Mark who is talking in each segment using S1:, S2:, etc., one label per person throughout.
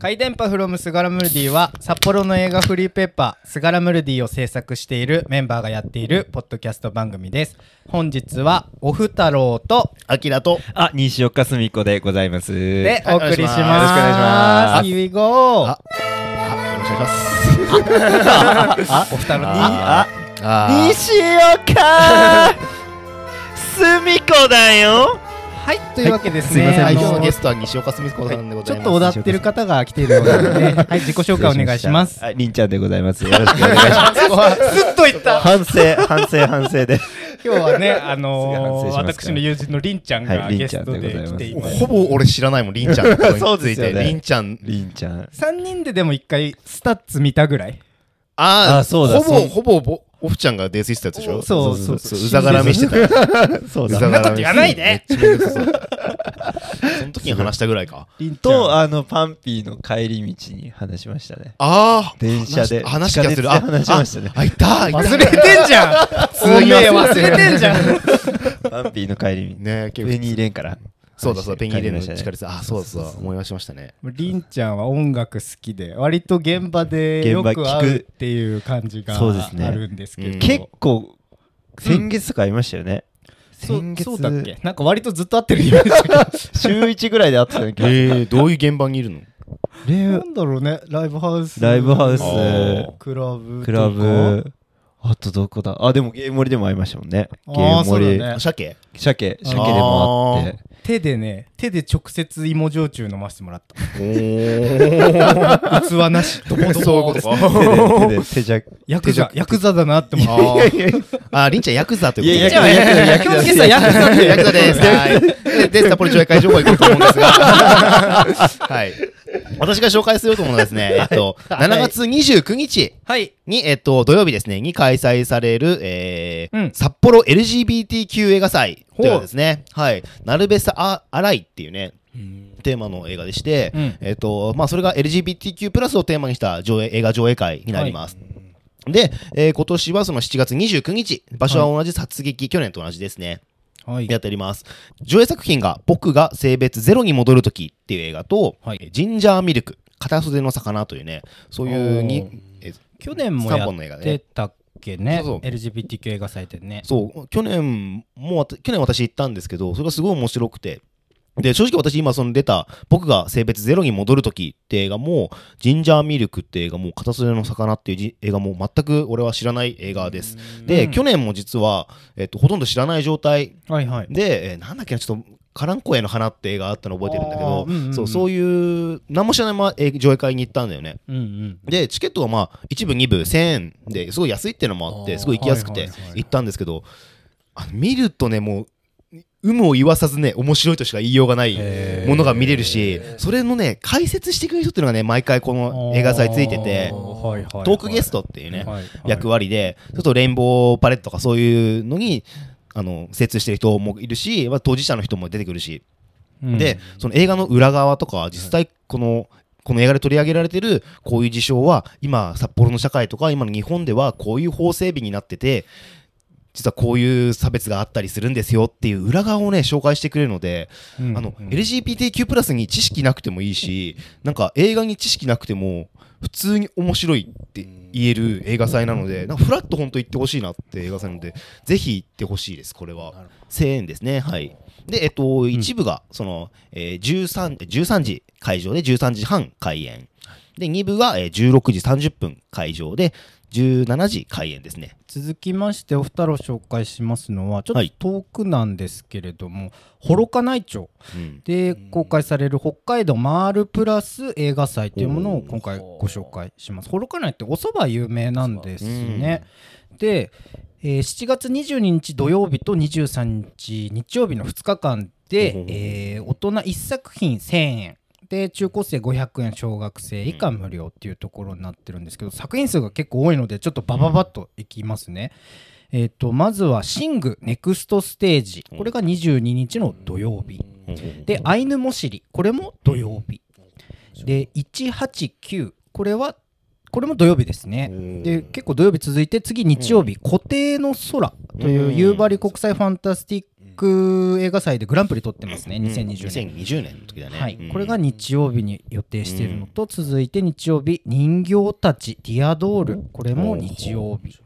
S1: 回電波フロムスガラムルディは札幌の映画フリーペーパースガラムルディを制作しているメンバーがやっているポッドキャスト番組です本日はオフ太郎と
S2: アキラと
S3: あ、西岡すみこでございます。
S1: でお送りします、
S2: はい
S3: お願いします
S1: よろしくお願いしま
S2: あ
S1: す
S2: あよろしくお願いします
S1: あお二人
S2: ああ
S3: 西岡すみこだよ
S1: はいというわけですね、
S3: はいすいません
S1: あ
S2: はい
S1: の
S2: 今日のゲストは西岡すみこさんでご
S1: ち
S2: ざ
S1: ょっ
S2: います
S1: とおだってる方が来ているような ので、はい、自己紹介お願いします。
S3: あ、りんちゃんでございます。よろしく お願いします。
S2: そこは
S1: ずっと言った
S3: 反省、反省、反省で。
S1: 今日はね、あの
S3: す
S1: ー
S3: いません反省します
S1: 私の友人のりんちゃんが
S3: はいり
S1: ゲ
S3: んちゃ
S1: ス
S3: ん
S1: ト
S3: で
S1: で
S3: ございます
S1: 来ています。
S2: ほぼ俺知らないもんりんちゃんのことについ
S3: そうです
S2: て
S3: よね
S2: りんちゃん
S3: りんちゃん。
S1: 3人ででも一回スタッツ見たぐらい
S2: あ
S3: あ
S2: あ
S3: そうだ
S2: ほぼ
S3: そう
S2: ほぼぼオフちゃんが泥酔してたやつでしょ
S1: そう
S3: そ
S1: そう
S3: そ
S1: そう
S2: う
S3: う
S2: うざがらみしてたよ
S3: そう
S2: うざ
S3: だ。
S2: が
S1: そんな
S2: らみして
S1: こと言わないで
S2: めっちゃめんどくさそうその時に話したぐらいか
S1: りんちゃん
S3: と、あの、パンピーの帰り道に話しましたね。
S2: ああ
S3: 電車で
S2: 話した気がするあ
S3: 地下鉄で話しましたね
S2: ああいたいた
S1: 忘れてんじゃんおめえ忘れてんじゃん
S3: パンピーの帰り道。
S2: ね結構
S3: ペニーレンから。
S2: そうだそうだペンギンレーンの
S3: 帰りま
S2: 力
S3: したね
S2: ですあそうだそうだ思い出しましたね
S1: りんちゃんは音楽好きで割と現場でよ
S3: 現場聞く
S1: く会うっていう感じが
S3: そうですね
S1: あるんですけど
S2: うん
S3: 結構、先月とか会いましたよね。
S1: そう
S3: 先月
S1: そうだっけなんか割とずっと会ってるイメージ
S3: 週1ぐらいで会って たんだけど。
S2: ええ どういう現場にいるの
S3: ね
S1: なんだろうねライブハウス
S3: ライブハウス
S1: クラブとか
S3: クラブ、あとどこだあ、でもゲーム森でも会いましたもんね。
S1: あ
S3: ゲ
S1: ー
S3: ーム
S1: そう
S3: 森、
S1: だね
S2: 鮭
S3: 鮭、鮭でもあって。
S1: 手でね手で直接芋焼酎飲ませてもらっ
S2: おー
S1: た器なしどもども
S2: そういうこと
S3: 手
S2: か
S3: で、手で、手じゃ、
S1: ヤクザヤクザだなって思って
S2: あーありんちゃんヤクザということ
S3: いやヤクザヤクザ
S1: 今日今
S3: ヤクザ
S1: 朝ヤクザって
S2: ヤクザですはいでで札幌上映会情報いこうと思うんですが はい私が紹介すると思うのはですねえっと7月29日
S1: はい
S2: に、えっと、土曜日ですね、に開催される、えー
S1: うん
S2: 札幌 LGBTQ 映画祭
S1: ほう
S2: というのですね、はい、なるべさああらいっていうね、テーマの映画でして、
S1: うん
S2: えっと、まあ、それが LGBTQ プラスをテーマにした上映映画上映会になります。で、えー今年はその7月29日、場所は同じ殺撃、去年と同じですね。
S1: はい
S2: やっております。上映作品が、僕が性別ゼロに戻るときっていう映画と、
S1: はい
S2: えージンジャーミルク、片袖の魚というね、そうい
S1: お
S2: う
S1: ー
S2: に、えー
S1: 去年も
S2: 三
S1: や
S2: 本の映画
S1: って
S2: ね
S1: たっけね
S2: そうそう
S1: LGBTQ 映画祭でね
S2: そう去年もわた去年私行ったんですけどそれがすごい面白くてで正直私今その出た「僕が性別ゼロに戻る時」って映画も「ジンジャーミルク」って映画も「片袖の魚」っていうじ映画も全く俺は知らない映画ですで去年も実は、えっと、ほとんど知らない状態
S1: はいはい
S2: で、えーなんだっけなちょっと「カランコへの花」って映画あったの覚えてるんだけ
S1: あー
S2: ど、
S1: うんうんうん
S2: そうそういう何も知らないままえー上映会に行ったんだよね
S1: うんうん
S2: でチケットがまあ1部2部1000円ですごい安いっていうのもあっ
S1: あー
S2: てすごい行きやすく
S1: は
S2: て
S1: いはいはい
S2: 行ったんですけどあの見るとねもう有無を言わさずね面白いとしか言いようがない
S1: へー
S2: ものが見れるしそれのね解説してくれる人っていうのがね毎回この映画祭ついてて
S1: あーはいはいはい
S2: トークゲストっていうね
S1: はいはい
S2: 役割でちょっとレインボーパレットとかそういうのにあの精通してる人もいるしまあ当事者の人も出てくるし
S1: うん
S2: でその映画の裏側とか実際このこの映画で取り上げられてるこういう事象は今札幌の社会とか今の日本ではこういう法整備になってて実はこういう差別があったりするんですよっていう裏側をね紹介してくれるので
S1: うん
S2: あの
S1: うん
S2: LGBTQ+ プラスに知識なくてもいいしなんか映画に知識なくても普通に面白いって言える映画祭なのでなんかフラッと本当行ってほしいなって映画祭なのでぜひ行ってほしいですこれは1000円ですねはいでえっと一部がその、えー、13, 13時会場で13時半開演で2部が、えー、16時30分会場で17時開演ですね
S1: 続きましてお二人を紹介しますのはちょ
S2: は
S1: っ
S2: い
S1: と遠くなんですけれども「幌加内町
S2: うん」
S1: で公開される北海道マールプラス映画祭というものを今回ご紹介します。幌加内ってお蕎麦有名なんですね。で、えー7月22日土曜日と23日日曜日の2日間
S2: ほう
S1: で、
S2: ほう
S1: えー大人1作品1000円。で中高生500円小学生以下無料っていうところになってるんですけど作品数が結構多いのでちょっとバババッといきますね。えー、とまずは「シングネクストステージ」これが22日の土曜日で「アイヌモシリ」これも土曜日で「189」これはこれも土曜日ですねで結構土曜日続いて次日曜日「固定の空」という夕張国際ファンタスティック映画祭でグランプリ取ってますね、2020年。
S2: 2020年の時だね、
S1: はい
S2: うん
S1: これが日曜日に予定しているのと、続いて日曜日人形たちディアドールこれも日曜日、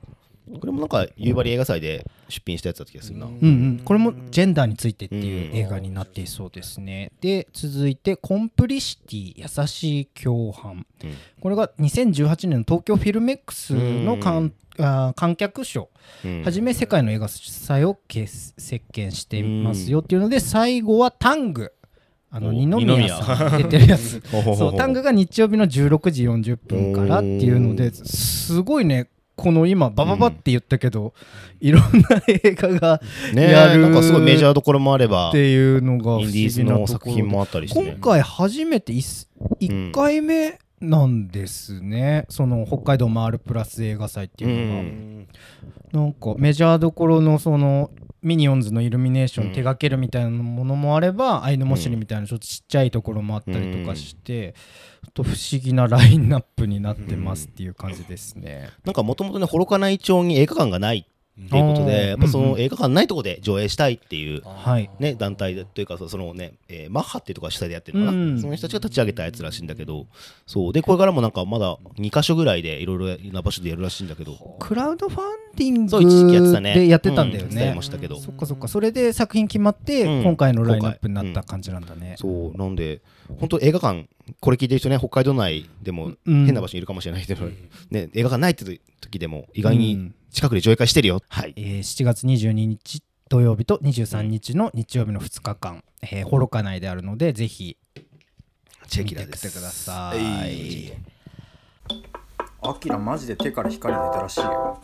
S2: これもなんか夕張映画祭で出品したやつだった気がするな、
S1: うんうん、これもジェンダーについてっていう
S2: うん
S1: 映画になっていそうですね。で続いて「コンプリシティ優しい共犯」
S2: うん
S1: これが2018年の東京フィルメックスの観あー観客賞
S2: うん
S1: はじめ世界の映画祭をけっ席巻していますよっていうので最後は「タング」あの
S2: お
S1: 二宮さん出てるやつ
S2: ほほほ
S1: そうタングが日曜日の16時40分からっていうの
S2: う
S1: で
S2: ん
S1: すごいねこの今バババって言ったけど、いろんな映画が
S2: ねえ
S1: やる
S2: なんかすごいメジャーどころもあれば
S1: っていうのが不
S2: イ
S1: 思
S2: ンディーズ
S1: 議な
S2: の
S1: と
S2: 作
S1: ころ
S2: 品もあったりして、ね、
S1: 今回初めて 1,
S2: うん
S1: 回目なんですね、その北海道マールプラス映画祭っていうのが、
S2: うん
S1: なんかメジャーどころのそのミニオンズのイルミネーション手掛けるみたいなものもあれば、アイヌモシリみたいなちょっとちっちゃいところもあったりとかして、ちょっと不思議なラインナップになってますっていう感じですね。
S2: なんかもともとね幌加内町に映画館がないっていうこと
S1: あー
S2: でやっぱそ
S1: うんう
S2: の
S1: ん
S2: 映画館ないとこで上映したいっていう、
S1: はい
S2: ね、団体でというかそそのね、えーマッハっていうとこが主催でやってるのかな、
S1: うん
S2: その人たちが立ち上げたやつらしいんだけどそうでこれからもなんかまだ2か所ぐらいでいろいろな場所でやるらしいんだけど
S1: クラウドファンディン
S2: そう一時期やってた
S1: グ
S2: ね
S1: でやってたんだよ
S2: うん伝え
S1: ね
S2: ま。したけど
S1: そっかそっかそれで作品決まって、
S2: うん
S1: 今回のラインナップになった感じなんだね。
S2: そうなんで本当映画館これ聞いてる人ね北海道内でも
S1: うん
S2: 変な場所にいるかもしれないけど、ね、映画館ないって時でも意外に近くで上映会してるよ、はい
S1: えー7月22日土曜日と23日の日曜日の2日間、えー、幌加内であるのでぜひ
S2: チェ
S1: 見
S2: キ
S1: て
S2: ラ
S1: き
S2: で
S1: て
S2: す
S1: くださ。
S2: はい
S4: アキラマジで手から光出たらしいよ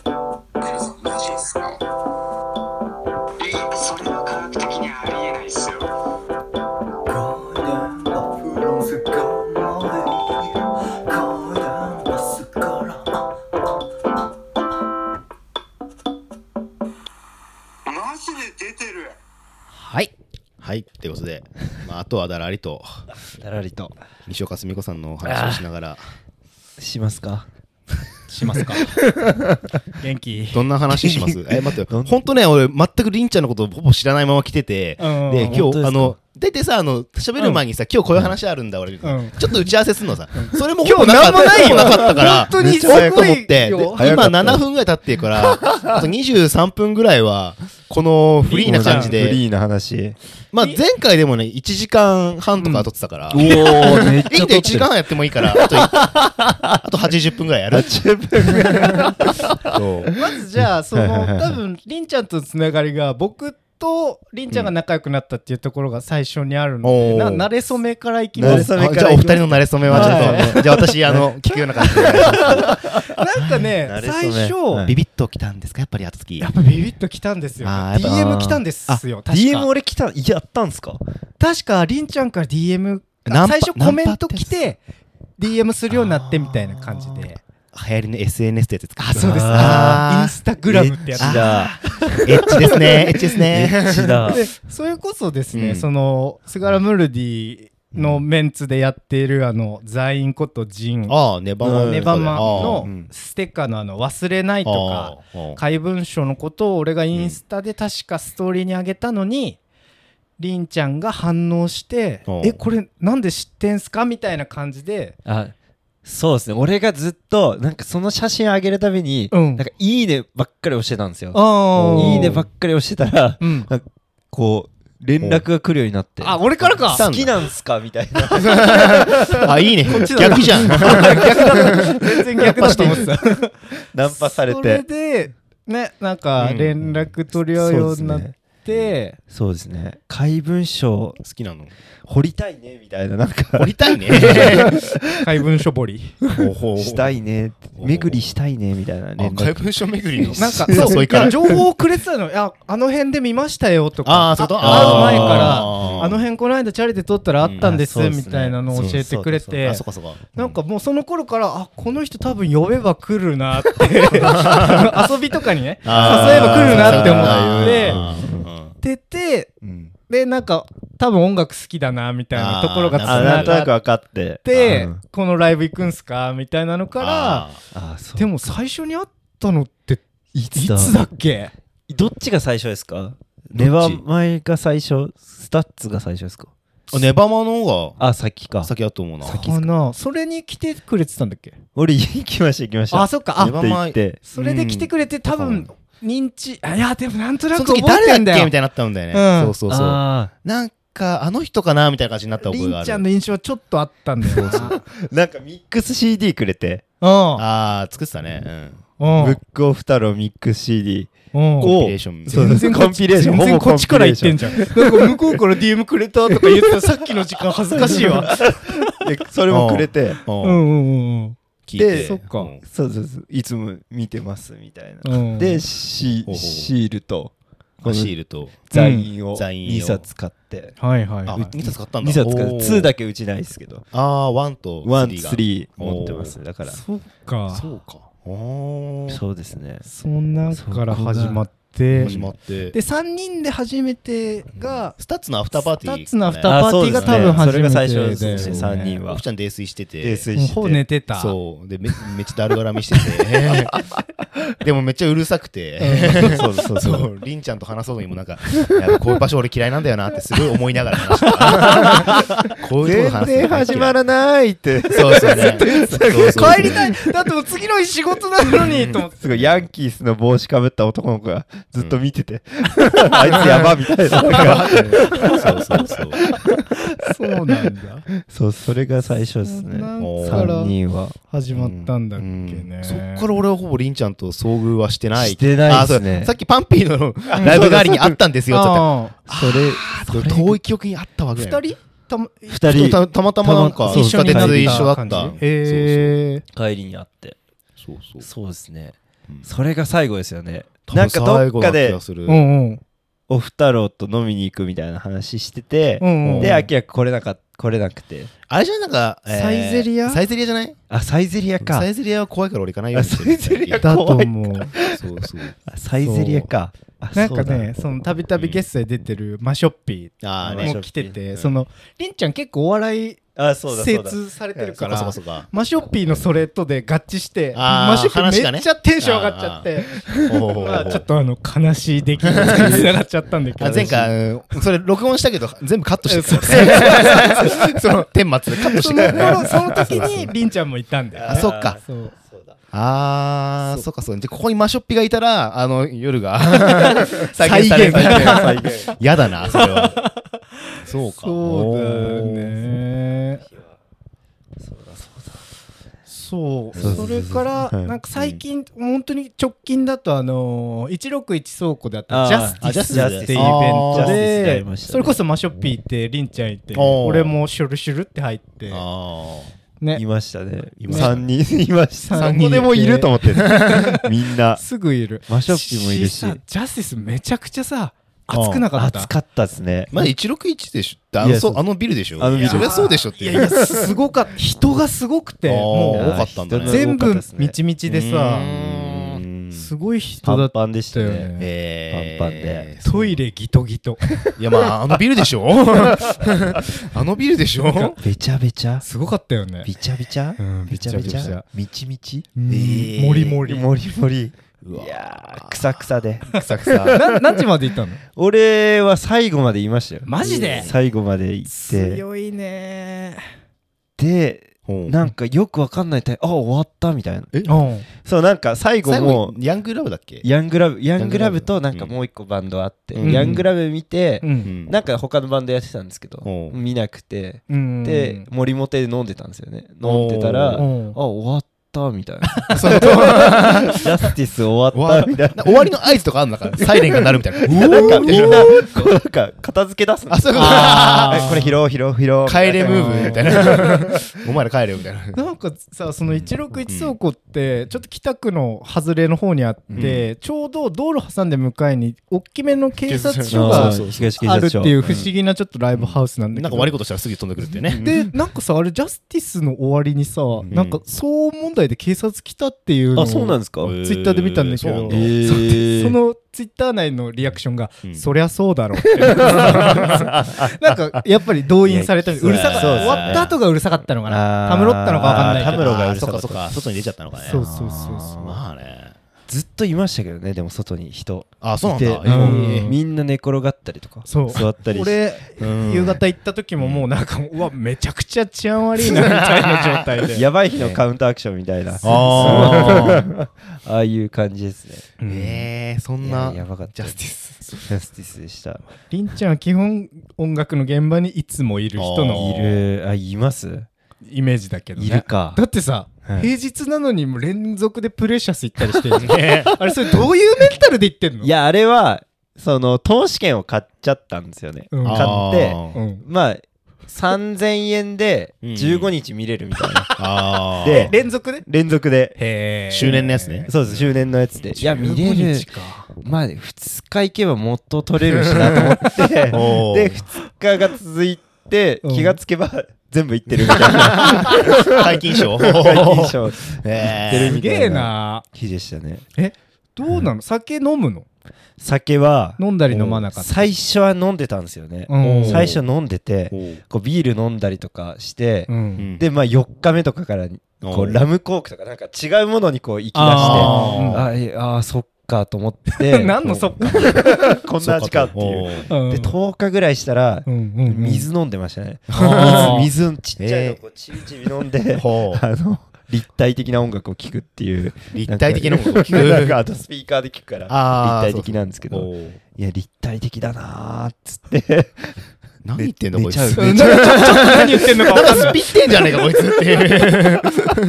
S5: マジですかえそれは科学的にはありえないっすよマジで出てる
S1: はい
S2: はいということで、まあ、あとはだらりと
S3: だらりと
S2: 西岡澄子さんのお話をしながら
S3: しますか
S1: しますか 元気
S2: どんな話します え待って
S3: どん
S2: 本当ね俺全くりんちゃんのことほぼ知らないまま来てて
S1: うん
S2: で今
S3: 本当
S2: 日
S3: ですか
S2: あの大体さあの喋る前にさ今日こういう話あるんだ俺みたいな
S1: うん
S2: ちょっと打ち合わせするのさそれも
S1: 今日
S2: ほぼかっ
S1: なんもないよ
S2: なかったから
S1: 本当に
S2: めっちゃ早いと思っ
S1: す
S2: てで
S1: ごいよ
S2: 今7分ぐらい経ってるからあと23分ぐらいはこのフリーな感じ
S3: フ
S2: で
S3: リーな話
S2: まあ前回でもね1時間半とか撮ってたから
S3: おお
S2: いい
S3: めっ
S2: んだよ1時間半やってもいいからあとあと80分ぐらいやるそう
S1: まずじゃあそ
S3: は い
S1: の
S3: はいはい
S1: 多分りんちゃんとのつながりが僕とりんちゃんが仲良くなったっていうところが最初にあるので、
S2: うん
S1: な慣れ初めからいき
S3: 慣
S1: ま
S3: れ
S1: す
S3: 初め
S2: あ
S3: から
S2: じゃあお二人の慣れ初めはちょっと、じゃあ私あの聞くような感じ で
S1: なんかね
S3: 慣れ初
S1: 最
S3: め
S1: 初、
S3: はい
S2: ビビッと来たんですかやっぱり後付き
S1: やっぱビビッと来たんですよ
S2: あーやっぱ
S1: DM 来たんですよ確か
S3: DM 俺来たやったんすか
S1: 確かりんちゃんから DM
S2: ナンパ
S1: 最初コメント来て DM するようになってみたいな感じで
S2: 流行りの SNS ってやつですか
S1: あそうです
S2: あー
S1: インスタグラムってやつ
S3: エッチだ
S2: エッチで すねエッチです
S3: エ
S2: ね
S3: ッチだ
S1: でそれこそですね、
S2: うん
S1: そのスガラムルディのメンツでやっているあのザインことジン
S2: ああネバマン
S1: ネバマン
S2: あー
S1: の
S2: うん
S1: ステッカーのあの忘れないとか
S2: あー
S1: 怪文書のことを俺がインスタで確かストーリーに上げたのに、りんちゃんが反応して「
S2: お
S1: えこれなんで知ってんすか?」みたいな感じで
S3: あそうですね俺がずっとなんかその写真上げるたびに、
S1: うん
S3: なんかいいねばっかり押してたんで
S1: 「
S3: すよ
S1: あー
S3: いいねばっかり押してたら
S1: うん
S3: こう連絡が来るようになって
S1: あ俺からか
S3: 好きなんすかみたい な
S2: あいいね
S1: ちの
S2: 逆じゃん
S1: 全然逆だと思って た
S3: ナンパされ
S1: それ
S3: て
S1: でねなんか連絡取り合うようになって、
S3: そうですね怪文書
S2: 好き なの
S3: 掘りたいねみたいななんか
S2: 掘りたいね
S1: 怪文書掘り
S3: したいねって
S2: おう
S3: 巡りしたいねみたいな連絡
S2: 怪文書巡りの
S1: なんか
S2: そうそういか
S1: 情報をくれてたのいやあの辺で見ましたよとか
S2: あーそういうこと
S1: 会う前か
S2: あ
S1: ら
S2: ー
S1: あの辺この間チャリで撮ったらあったんです、
S3: うんあそうっす
S1: み
S3: ね
S1: たいなのを教えてくれ
S3: そうそうそう
S1: て
S2: あそっかそっか
S1: なんかもうその頃からあこの人多分呼べば来るなって遊びとかにね誘え
S2: あー
S1: ば来るなって思っ
S2: あーうん
S1: て出て
S3: うん
S1: でなんか多分音楽好きだなみたいなところがつ
S3: あ
S1: なが
S3: な
S1: って
S3: んとなく分かって
S1: って、
S3: うん
S1: このライブ行くんすかみたいなのから
S2: あー
S3: あそう
S1: でも最初に会ったのってい
S3: い
S1: つだっけ
S3: どっちが最初ですかレバ
S2: どっち
S3: 前が最初、スタッツが最初ですか
S2: あネバマの方
S3: あ、先か
S2: が。先だと思うな
S3: 先
S1: かなそれに来てくれてたんだっけ
S3: 俺、行きました、行きました。
S1: あそっか
S3: って
S1: あ
S2: ば
S3: 言って。
S1: それで来てくれて多
S2: う
S1: 分
S2: ん
S1: 認知あいやでもなんとな
S2: そ
S1: く
S2: の時
S1: 覚え
S2: 誰だ
S1: て
S2: っ
S1: んだ
S2: けみ
S1: よ
S2: たいになったんだよね、
S1: うん
S2: そうそうそう
S3: あ
S2: なんかあの人かなみたいな感じになった覚
S1: り
S2: えがあ
S1: ん
S2: る
S1: ちゃんの印象はちょっとあったんだよな
S3: ーなんかミックス CD くれて、
S2: あー作ってたね、うん、
S1: うん
S3: ブックオフ太郎ミックス CD。
S1: うん
S2: コンピレーションみたいな
S3: そう
S1: 全然こっち
S3: コンピレーショ
S1: 全
S3: ンほ
S1: 然
S3: ぼ
S1: こ
S3: コンピレーショ
S1: っちから言って
S3: ン
S1: んじゃんなんか向こうから DM くれたとか言ってたさっきの時間恥ずかしいわ
S3: でそれもくれて、
S1: う
S2: うん
S1: んうんうん
S2: 聞いて
S3: でそ
S1: っか
S2: うん
S3: そうそうそう、いつも見てますみたいな。
S1: うん
S3: で、シ
S2: ほうほう
S3: シールと、この
S2: シールと
S3: 座員
S2: う
S3: を
S2: ん座員を
S3: 2冊買って、
S1: はいはい
S2: あ
S1: は
S2: 2
S1: い
S2: 冊買ったんだ
S3: 2冊買って、
S2: おー
S3: 2だけうちないですけど、
S2: ああ1と
S3: 1、
S2: 3
S3: 3持ってます。だから、
S1: そっか
S2: そうかおー
S3: そうですね。
S1: そんなんから始まって
S2: 始まって
S1: で3人で初めてが
S2: スタッツのアフターパーティー
S1: スタッツのアフター
S3: あ
S1: パーティーが多分
S3: そう
S1: 初めてだよね
S3: ですねそれが最初ですね三人は
S2: 奥ちゃん泥酔してて
S3: 泥酔
S1: もう
S3: し
S1: ほぼ寝
S3: て。
S1: てた
S2: そうでめめっちゃだるがらみしててでもめっちゃうるさくて
S3: そうそ
S2: そ
S3: うそう
S2: うりんちゃんと話そうのにもなんかいやこういう場所俺嫌いなんだよなってすごい思いながら話してたこういうとこ話
S3: 全
S2: すの大
S3: 然
S2: 嫌い
S3: 始まらないって。
S2: そうそうねそうそ う
S1: 帰りたいだってもう次の日仕事なのに と思って
S3: すごいヤンキースの帽子かぶった男の子がずっと見てて、あいつやばみたいななんか
S2: そうそうそう
S1: そうなんだ
S3: そうそれが最初ですね
S1: そんなんから
S3: 3人は
S1: 始まったんだっけ
S2: う
S1: ね
S2: んそっから俺はほぼりんちゃんと遭遇はしてない
S3: してないっすね
S2: あそうさっきパンピーのライブ代わりにあったんですよって言っ
S1: あ
S3: それ
S2: たら遠い記憶にあったわけ
S1: ー二人たま
S3: 2
S2: そうた
S3: 人
S2: たまたまなんか
S3: そう
S2: 地下鉄で一緒だった
S1: 感じへえ
S3: 帰りに会って
S2: そうそうそう
S3: そうですね
S2: うん
S3: それが最後ですよね
S2: 多
S3: なん
S2: 分
S3: かど
S2: 最
S3: っ
S2: 後
S3: か
S2: な気
S3: で
S2: がする
S1: うんうん
S3: オフ太郎と飲みに行くみたいな話してて
S1: うんうん
S3: で明らか来れなか来れなくて
S2: あれじゃないなんかえー
S1: サイゼリア
S2: サイゼリアじゃない
S3: あサイゼリアか
S2: サイゼリアは怖いから俺行かないようにして
S3: あサイゼリア
S1: だと思う
S2: そうそう
S3: あサイゼリアかあ
S1: なんか
S3: そうだ
S1: ねそのたびたびゲストで出てるマショッピ
S2: ああ
S1: ー
S2: ね
S1: も来て
S2: う
S1: て
S2: ん
S1: そのりんちゃん結構お笑い
S3: あそうだそ
S1: 精
S3: うだ
S1: 通されてる
S2: そ
S1: か
S2: うからそうか
S1: マショッピーのそれとで合致して
S2: あー
S1: マショッピ
S2: 話
S1: ー
S2: が
S1: めっ
S2: ね
S1: ちゃテンション上がっちゃって
S2: そうか
S1: まあちょっとあの悲しい出来事につながっちゃったんだけ
S2: あ
S1: ど
S2: 前回うんそれ録音したけど全部カットしてたからね その顛末でカットし
S1: そ
S2: て
S1: の
S2: たからね
S1: 頃その時にりんちゃんもいたんだよ
S2: あ
S1: ね
S2: そっか
S1: そう
S2: あー、そっかそう。で、ここにマショッピがいたら、あの、夜が再現され
S1: 再現
S2: 再現。やだな、それは。そうか。
S1: そうだよねそう
S3: そうそうそ
S1: そうれから
S3: はい
S1: なんか最近本当に直近だとあのー161倉庫であっ
S3: あ
S1: た
S3: ー
S1: ジャスティ
S2: あ
S1: スっていうイベント
S2: ジャスティス
S3: あージャスティスであり
S1: で
S3: ましたね
S1: それこそマショッピーってりんちゃんいて
S2: おー
S1: 俺もシュルシュルって入って
S2: あ
S1: ね
S3: いましたね。
S2: いました
S3: 三人いま した。
S1: 三
S3: 三
S1: 人
S3: 人でもいると思ってる。みんな。
S1: すぐいる
S3: マショッピもいるし
S1: さジャスティスめちゃくちゃさ熱くなかった
S3: 暑かったですね
S2: ー。まだ161でしょあ
S3: い
S2: の
S3: や
S2: そう
S3: そう
S2: あのビルでしょ
S3: あの
S2: い
S3: ビル
S2: やそりゃそうでしょって
S1: い
S2: い
S1: や
S2: う
S1: いやすごかった人がすごくて
S2: あー
S1: も
S2: 多かったんだね
S1: う全部みち
S3: 道
S1: みちでさ
S2: うーん
S1: すごい人
S3: パ
S1: だ
S3: ン
S1: っ
S3: パンでした
S1: たよ
S3: よ
S1: ね
S3: ね。
S2: えー
S3: パンパンで
S1: トイレギトギト
S2: いや、まあ、あのビルでしょあのビルでしょ
S3: べちゃべちゃ
S1: すごかったよね
S3: びちゃびちゃ
S1: うん
S3: びちゃびち
S1: びちゃびちゃ
S3: ゃみちみち
S1: うん
S2: ー
S1: もりもり
S3: もりもり。
S2: うわ
S3: いやー、くさくさで。
S2: くさくさ。
S1: な何時までいたの
S3: 俺は最後までいましたよ。
S1: マジで
S3: 最後まで行って。
S1: いね
S3: で、
S2: な
S3: なんかよくわかんないタイあ、終わったみたいな。
S2: え
S1: うん
S3: そう、なんか最後
S2: 最
S3: も
S2: 後、、ヤングラブだっけ
S3: ヤングラブ、ヤングラブとなんか
S2: うん
S3: もう一個バンドあって、
S2: うん
S3: ヤングラブ見て、
S1: うん
S3: なんか他のバンドやってたんですけど、
S2: おう
S3: 見なくて、
S1: うん
S3: で、森本で飲んでたんですよね。飲んでた
S1: う
S3: ら、あ、
S1: ん
S3: 終わったみたいな。
S2: そういうこと
S3: ジャスティス終わっ
S2: わ
S3: たみたいな。
S2: 終わりの合図とかあるのかサイレンが鳴るみたいな。
S3: なんか
S2: うおー
S3: みんな、こうなんか片付け出すの
S2: あ、そういうこ
S1: あ
S3: えこれ拾おう拾おう拾おう。
S2: と帰れムーブみたいな。 お前ら帰れよみたいな。
S1: なんかさその161倉庫ってちょっと北区の外れの方にあって、ちょうど道路挟んで向かいに大きめの警察
S3: そ
S1: 署
S3: う
S1: が
S3: そう東警
S1: ある
S3: 察
S1: って
S3: 署。
S1: いう不思議なちょっとライブハウスなんだけど、
S2: なんか悪いことしたらすぐ飛んでくるっていうね。
S1: でなんかさあれジャスティスの終わりにさ、
S2: ん
S1: なんか騒音問題で警察来たっていうのを
S3: あ、そうなんですか
S2: うん
S1: ツイッターで見たんだけど、
S2: へーそうなんだ
S1: そ
S3: へー
S1: そのツイッター内のリアクションが、
S2: うん
S1: そりゃそうだろうってなんかやっぱり動員されたみたいう
S2: い
S1: る
S2: や
S1: さかった
S2: そう
S1: 終
S2: ですね
S1: わった後がうるさかったのかな
S3: あー
S1: たむろったのかわかんないけ
S3: あー
S1: ど
S3: たむろがうるさ
S2: そっか
S3: かっ
S2: そ
S3: た
S2: っか。外に出ちゃったのかね。
S1: そうそうそうそう
S2: まあね。
S3: ずっといましたけどねでも外に人
S2: あそうなん
S3: いて
S2: だ、
S1: え
S3: もう
S1: うん
S3: みんな寝転がったりとか
S1: そう
S3: 座ったりして
S1: 俺、
S2: うん
S1: 夕方行った時ももうなんか、うわめちゃくちゃ治安悪いなみたいな状態で
S3: やばい日のカウンターアクションみたいなあ
S2: ああ
S3: あいう感じですね
S2: えー、そん
S3: い
S2: な
S3: ややばかった
S2: ジャスティス
S3: ジャスティスでした
S1: りんちゃんは基本音楽の現場にいつもいる人
S2: あー
S1: の
S3: いるあいます
S1: イメージだけどね
S3: いるか
S1: だってさ、
S3: はい
S1: 平日なのにもう連続でプレシャス行ったりしてる よねあれそれどういうメンタルで行ってんの
S3: いやあれはその投資券を買っちゃったんですよね、
S1: うん
S3: 買って
S2: あ
S1: う
S2: ー
S1: ん、
S3: まあ3000円で
S2: うん
S3: 15日見れるみたいな、
S2: あー
S3: で
S1: 連続で
S3: 連続で
S1: へえ
S2: 周年のやつね
S3: そうです周年のやつでいや見れ
S1: 15
S3: る
S1: 日か
S3: まあ2日行けばもっと取れるしなと思ってで
S2: おー
S3: 2日が続いて
S1: うん
S3: 気がつけば全部行ってるみたいな
S2: 解禁 賞解
S3: 大金賞行って
S2: え
S3: る
S1: す
S3: みた
S1: げえ
S3: いな
S1: な
S3: 日でしたね
S1: どうなの酒飲むの
S3: 酒は
S1: 飲んだり飲まなかった
S3: 最初は飲んでたんですよね
S1: うん
S3: 最初飲んでて
S2: ー
S3: こうビール飲んだりとかして、
S1: うん
S3: でまあ4日目とかからこ
S2: お
S3: う
S2: ー
S3: ラムコークとかなんか違うものにこう行き出してあ
S2: あ
S3: あえあーそっかと思っ て
S1: 何のそっか
S3: こんな味かっていう
S2: う
S1: うん
S3: で10日ぐらいしたら
S1: うんうんうん
S3: 水飲んでましたね
S1: あー
S3: 水水ちっちゃいのをこうちびちび飲んで
S2: ほう
S3: あの立体的な音楽を聴くっていう
S2: 立体的なものを聞く
S3: なんかあとスピーカーで聴くから
S2: あー
S3: 立体的なんですけど
S2: おー
S3: いや立体的だなーっつって
S2: 何言ってんだこいつ
S3: 寝ちゃう
S1: うんなんかちょちょっと何言ってんのか分か んない
S2: スピってんじゃねえかこいつっていう
S3: ちょっ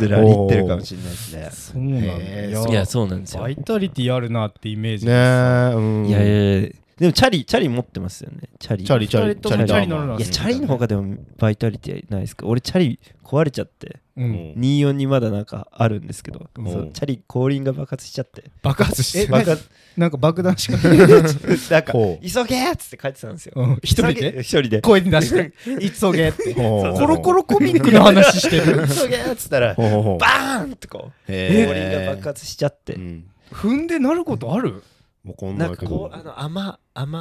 S3: とラリってるかもしれないですね
S1: そうなんだ
S2: へ
S1: いや
S3: いやそうなんですよ
S1: バイタリティあるなってイメージ
S2: ねえうん
S3: いやいやいやでもチャリチャリ持ってますよねチャリ
S2: チャリチャ
S1: 二
S2: リ
S1: 人とも
S3: チャリ
S1: 乗るの
S3: いやチャリの方がでもバイタリティないですか俺チャリ壊れちゃって
S1: うん
S3: 24にまだなんかあるんですけど、
S2: うん
S3: そうチャリ後輪が爆発しちゃって
S1: 爆発して
S3: え爆発
S1: なんか爆弾しか
S3: なんか
S2: ほう
S3: 急げーっつって帰ってたんですよ、
S1: うん 一人
S3: 急げ
S1: で
S3: 一人で
S1: 声に出して「急げ」って
S2: ほう
S1: コロコロコミックの話してる
S3: 急げーっつったら
S2: ほうほうほう
S3: バーンとこう
S2: へー
S3: 後輪が爆発しちゃって、
S2: うん
S1: 踏んでなることある
S2: わかん
S3: な
S2: なんい
S3: か
S2: け
S3: こ
S2: ど
S3: うあの雨雨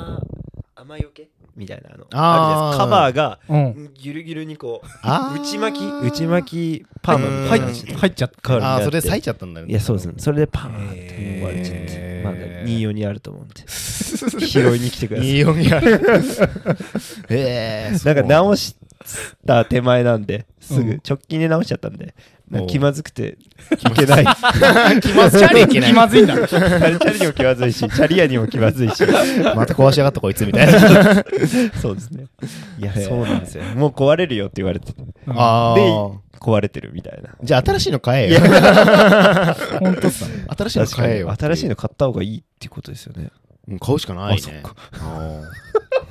S3: 雨よけみたいなあの
S2: あー
S3: るじゃないですかカバーが
S1: うん
S3: ギュルギュルにこう
S2: あー
S3: 内巻き内巻きパーマみた
S1: 入
S3: いな
S1: っ
S3: 感じで
S1: 入っちゃった
S2: あーそれ
S3: 最
S2: 裂いちゃったんだよね
S3: いやそうですねそれでパーンって言われちゃって
S1: へー
S3: まあ24にあると思うんで拾いに来てください
S2: 24にあ るへえ
S3: なんか直した手前なんです
S1: う
S3: ぐ
S1: ん
S3: 直近で直しちゃったんでなん
S2: おう
S3: か気まずくていけない
S2: 気まずい
S1: チャリ気まずいんだ
S3: チャリチャリにも気まずいしチャリアにも気まずいし
S2: また壊しやがったこいつみた いな
S3: そうですねいや
S2: へー
S3: そうなんですよもう壊れるよって言われてて
S2: あ
S3: で
S2: ー
S3: 壊れてるみたいな
S2: じゃあ新しいの買えよ
S1: 本当さ
S2: 新しいの
S3: 確か
S2: 買え
S3: に
S2: よ
S3: 新しいの買った方がいいってことですよね
S2: うん買うしかない
S3: あそっ
S2: ねあ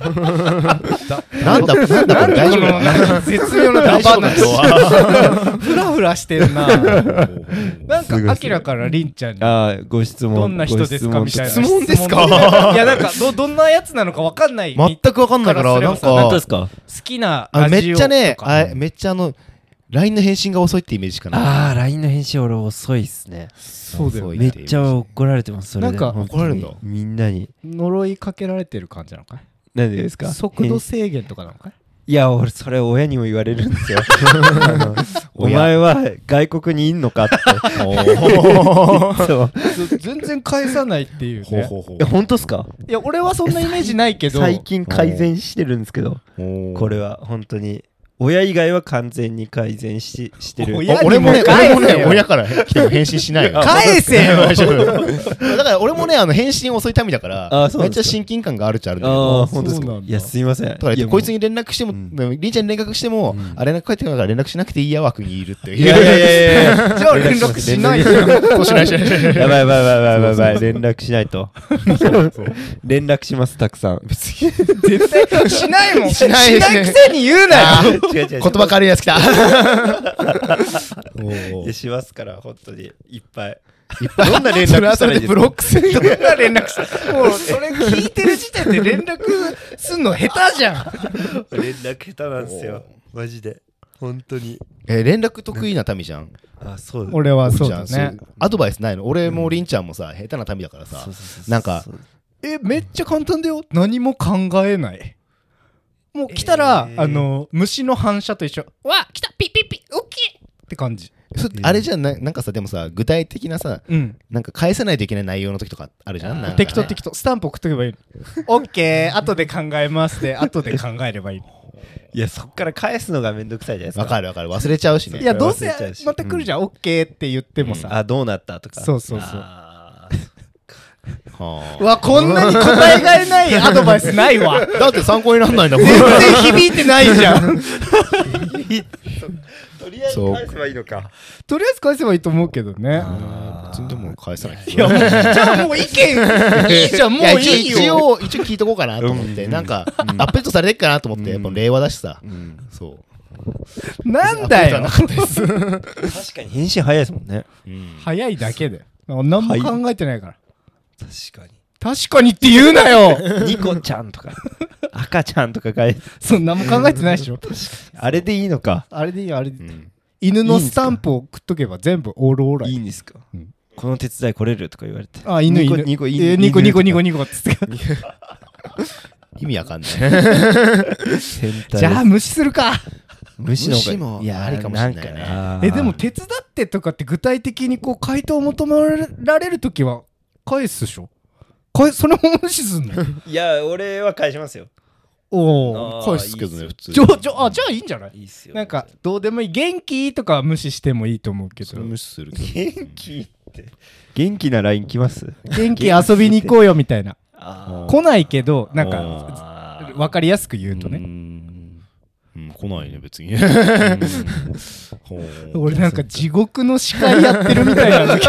S2: ーなんだなんだこれ大丈夫
S1: このなんか絶妙な
S2: 大
S1: 大
S2: 丈
S1: 丈夫
S2: 夫だ
S1: な
S2: 今日は
S1: ふらふらしてるななん
S3: すごい
S1: かアキラからりんちゃんに
S3: ああご質問
S1: どんな人ですか
S3: ご
S1: み
S3: 質
S1: たい
S3: 問
S1: な
S2: 質問ですか
S1: いやなんかどどんなやつなのかわかんない
S2: 全
S1: 好
S2: くわかんないからなん
S3: 本当で
S2: か
S3: すか
S1: きな
S2: あの
S1: ラ
S2: め
S1: ジ
S2: っ
S1: オ
S2: ちゃね
S1: とか
S2: あめっちゃあの LINE の返信が遅いってイメージしかない
S3: ああ LINE の返信俺遅いっすね
S1: そうだよね
S3: めっちゃ怒られてますそれで
S1: なんか
S3: 本当に
S2: 怒られるんだ
S3: みんなに
S1: 呪いかけられてる感じなのかい
S3: 何でですか
S1: 速度
S3: 返
S1: 制限とかなのかい
S3: いや俺それ親にも言われる んですよあのお前は外国にいんのか って
S2: お
S3: そう
S1: ず 全然返さないっていう
S2: ほう
S1: ね
S2: ほうほう
S3: え本当っすか
S1: いや俺はそんなイメージないけど
S3: 最近改善してるんですけど
S2: おー
S3: これは本当に親以外は完全に改善ししてる
S1: 親にも
S2: 俺もね、俺も
S1: 返せ
S2: ね、
S1: よ
S2: 親から来ても返信しないの。
S1: 返せ よ
S2: 大丈夫だから俺もね、あの返信遅い民だから
S3: あ、そう
S2: め
S3: な
S2: っ
S3: んで
S2: ちゃ
S3: すか
S2: 親近感があるっちゃあるんだけ
S3: あ
S2: ど
S3: あ。本当で
S1: そ
S3: す
S1: うな
S3: か
S1: んだ
S3: いやすいません
S2: だから
S3: い
S2: 言って
S3: やもう
S2: こいつに連絡しても、
S3: ん
S2: でもりんちゃんに連絡しても、あ連絡返ってこないから連絡しなくていいや枠にいるっていう。
S3: いや いやいやいや
S1: じゃあ連絡しないじゃん
S2: そうしないしないしない
S3: やばいやばいやばいやばいやばい連絡しないと連絡しますたくさん別に
S1: 絶対しないもん
S2: しないですね
S1: くせに言うなよ
S2: あー
S3: 違う違う違う
S2: 言葉軽いやつ来 た。おー
S3: いやしますから本当にいっぱい
S2: いっぱい
S3: どんな連絡したらいいで
S2: それは
S3: すか
S2: それでブロックする
S1: どんな連絡したもうそれ聞いてる時点で連絡すんの下手じゃん
S3: 連絡下手なんですよマジで本当に
S2: え連絡得意な民じゃん。
S3: あそうだ
S1: 俺は
S2: じゃんアドバイスないの俺もりんちゃんもさ、下手な民だからさ
S3: そうそうそうそ、う
S2: なんか、
S1: えめっちゃ簡単だよ何も考えないもう来たら、
S3: えー
S1: あの虫の反射と一緒わ来たピッピッピッオッケーって感じ
S2: そあれじゃななんかさでもさ具体的なさ
S1: うん
S2: なんか返さないといけない内容の時とかあるじゃんなんかね
S1: 適当適当スタンプ送っとけばいい OK 後で考えますで後で考えればいい
S3: いや、そっから返すのがめんどくさいじゃないですか。
S2: わかるわかる忘れちゃうしね
S1: いやどうせ
S3: 忘れちゃうし
S1: また来るじゃん OK って言ってもさ
S3: あ、どうなったとか。
S1: そうそうそう
S3: あ
S2: は
S1: うわこんなに答えがえ ないアドバイスないわ
S2: あだって参考になんないんだもん
S1: 全然響いてないじゃん
S3: ー。とりあえず
S2: そう
S3: 返せばいいのか。
S1: とりあえず返せばいいと思うけどね
S2: 全然もう返さない
S1: いやもうじゃあもう意見いいじゃんもうい
S2: や
S1: い
S2: 一
S1: よ
S2: 応一応一応聞いとこうかなと思ってなんかアップデートされてっかなと思ってやっぱ令和だしさそう
S1: なんだ よ
S3: 確かに返信早いですもんね。
S1: 早いだけで何も考えてないから、
S3: 確かに。
S1: 確かにって言うなよ
S3: ニコちゃんとか、赤ちゃんとか返す。
S1: そんなも考えてないでしょ
S3: あれでいいのか。
S1: あれでいいよあれで、
S2: ん
S1: 犬のスタンプを送っとけば全部オールオーライ
S3: いんですか。この手伝い来れるとか言われて。
S1: あ犬
S3: ニコ
S1: 犬
S3: ニコ
S1: え
S3: 犬
S1: ーニコニコニコニコっつって
S2: 意味わかんない
S3: 変態です
S1: じゃあ無視するか
S3: 無視の方が
S2: 無視も
S3: いや
S2: ありかもしれないね
S3: んか
S1: えでも手伝ってとかって具体的にこう回答を求められるときは返すでしょ返それも無視すんの
S3: いや俺は返しますよ
S1: おお
S3: あー
S1: 返
S2: い
S1: す
S2: いけどね普通
S1: じゃあじゃあじゃあいいんじゃない
S3: いいっすよ
S1: なんかどうでもいい元気とかは無視してもいいと思うけ
S2: そ
S1: ど
S2: れ無視するけ
S3: 元気って元気な LINE 来ます
S1: 元気遊びに行こうよみたいな
S3: あ
S1: 来ないけどなんか
S3: か
S1: 分かりやすく言うと
S2: ど
S1: ね
S2: うん来ないね別にほう
S1: 俺なん か地獄の司会やってるみたいなんだけ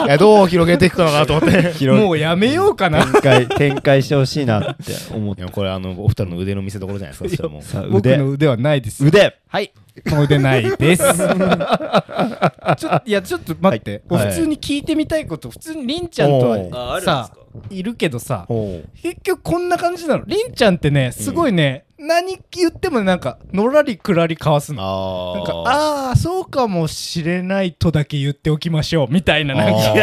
S2: いやどう広げていくかなと思って
S1: ど
S3: 広
S1: もうやめようかな
S3: 展開展開してほしいなって思っ
S2: い
S3: て
S2: やこれあのお二人の腕の見せ所じゃないですかそれはもう
S3: さあ
S1: 僕
S3: 腕
S1: の腕はないです
S3: 腕
S1: はいもう腕ない ですちょいやちょっと待って、
S2: はいはい
S1: 普通に聞いてみたいこと普通にりんちゃんと
S2: おー
S1: はさいるけどさ
S2: ほう
S1: 結局こんな感じなのりんちゃんってねすごいね、何言ってもなんかのらりくらりかわすの
S2: あー
S1: なんかああーそうかもしれないとだけ言っておきましょうみたいななんか
S2: あ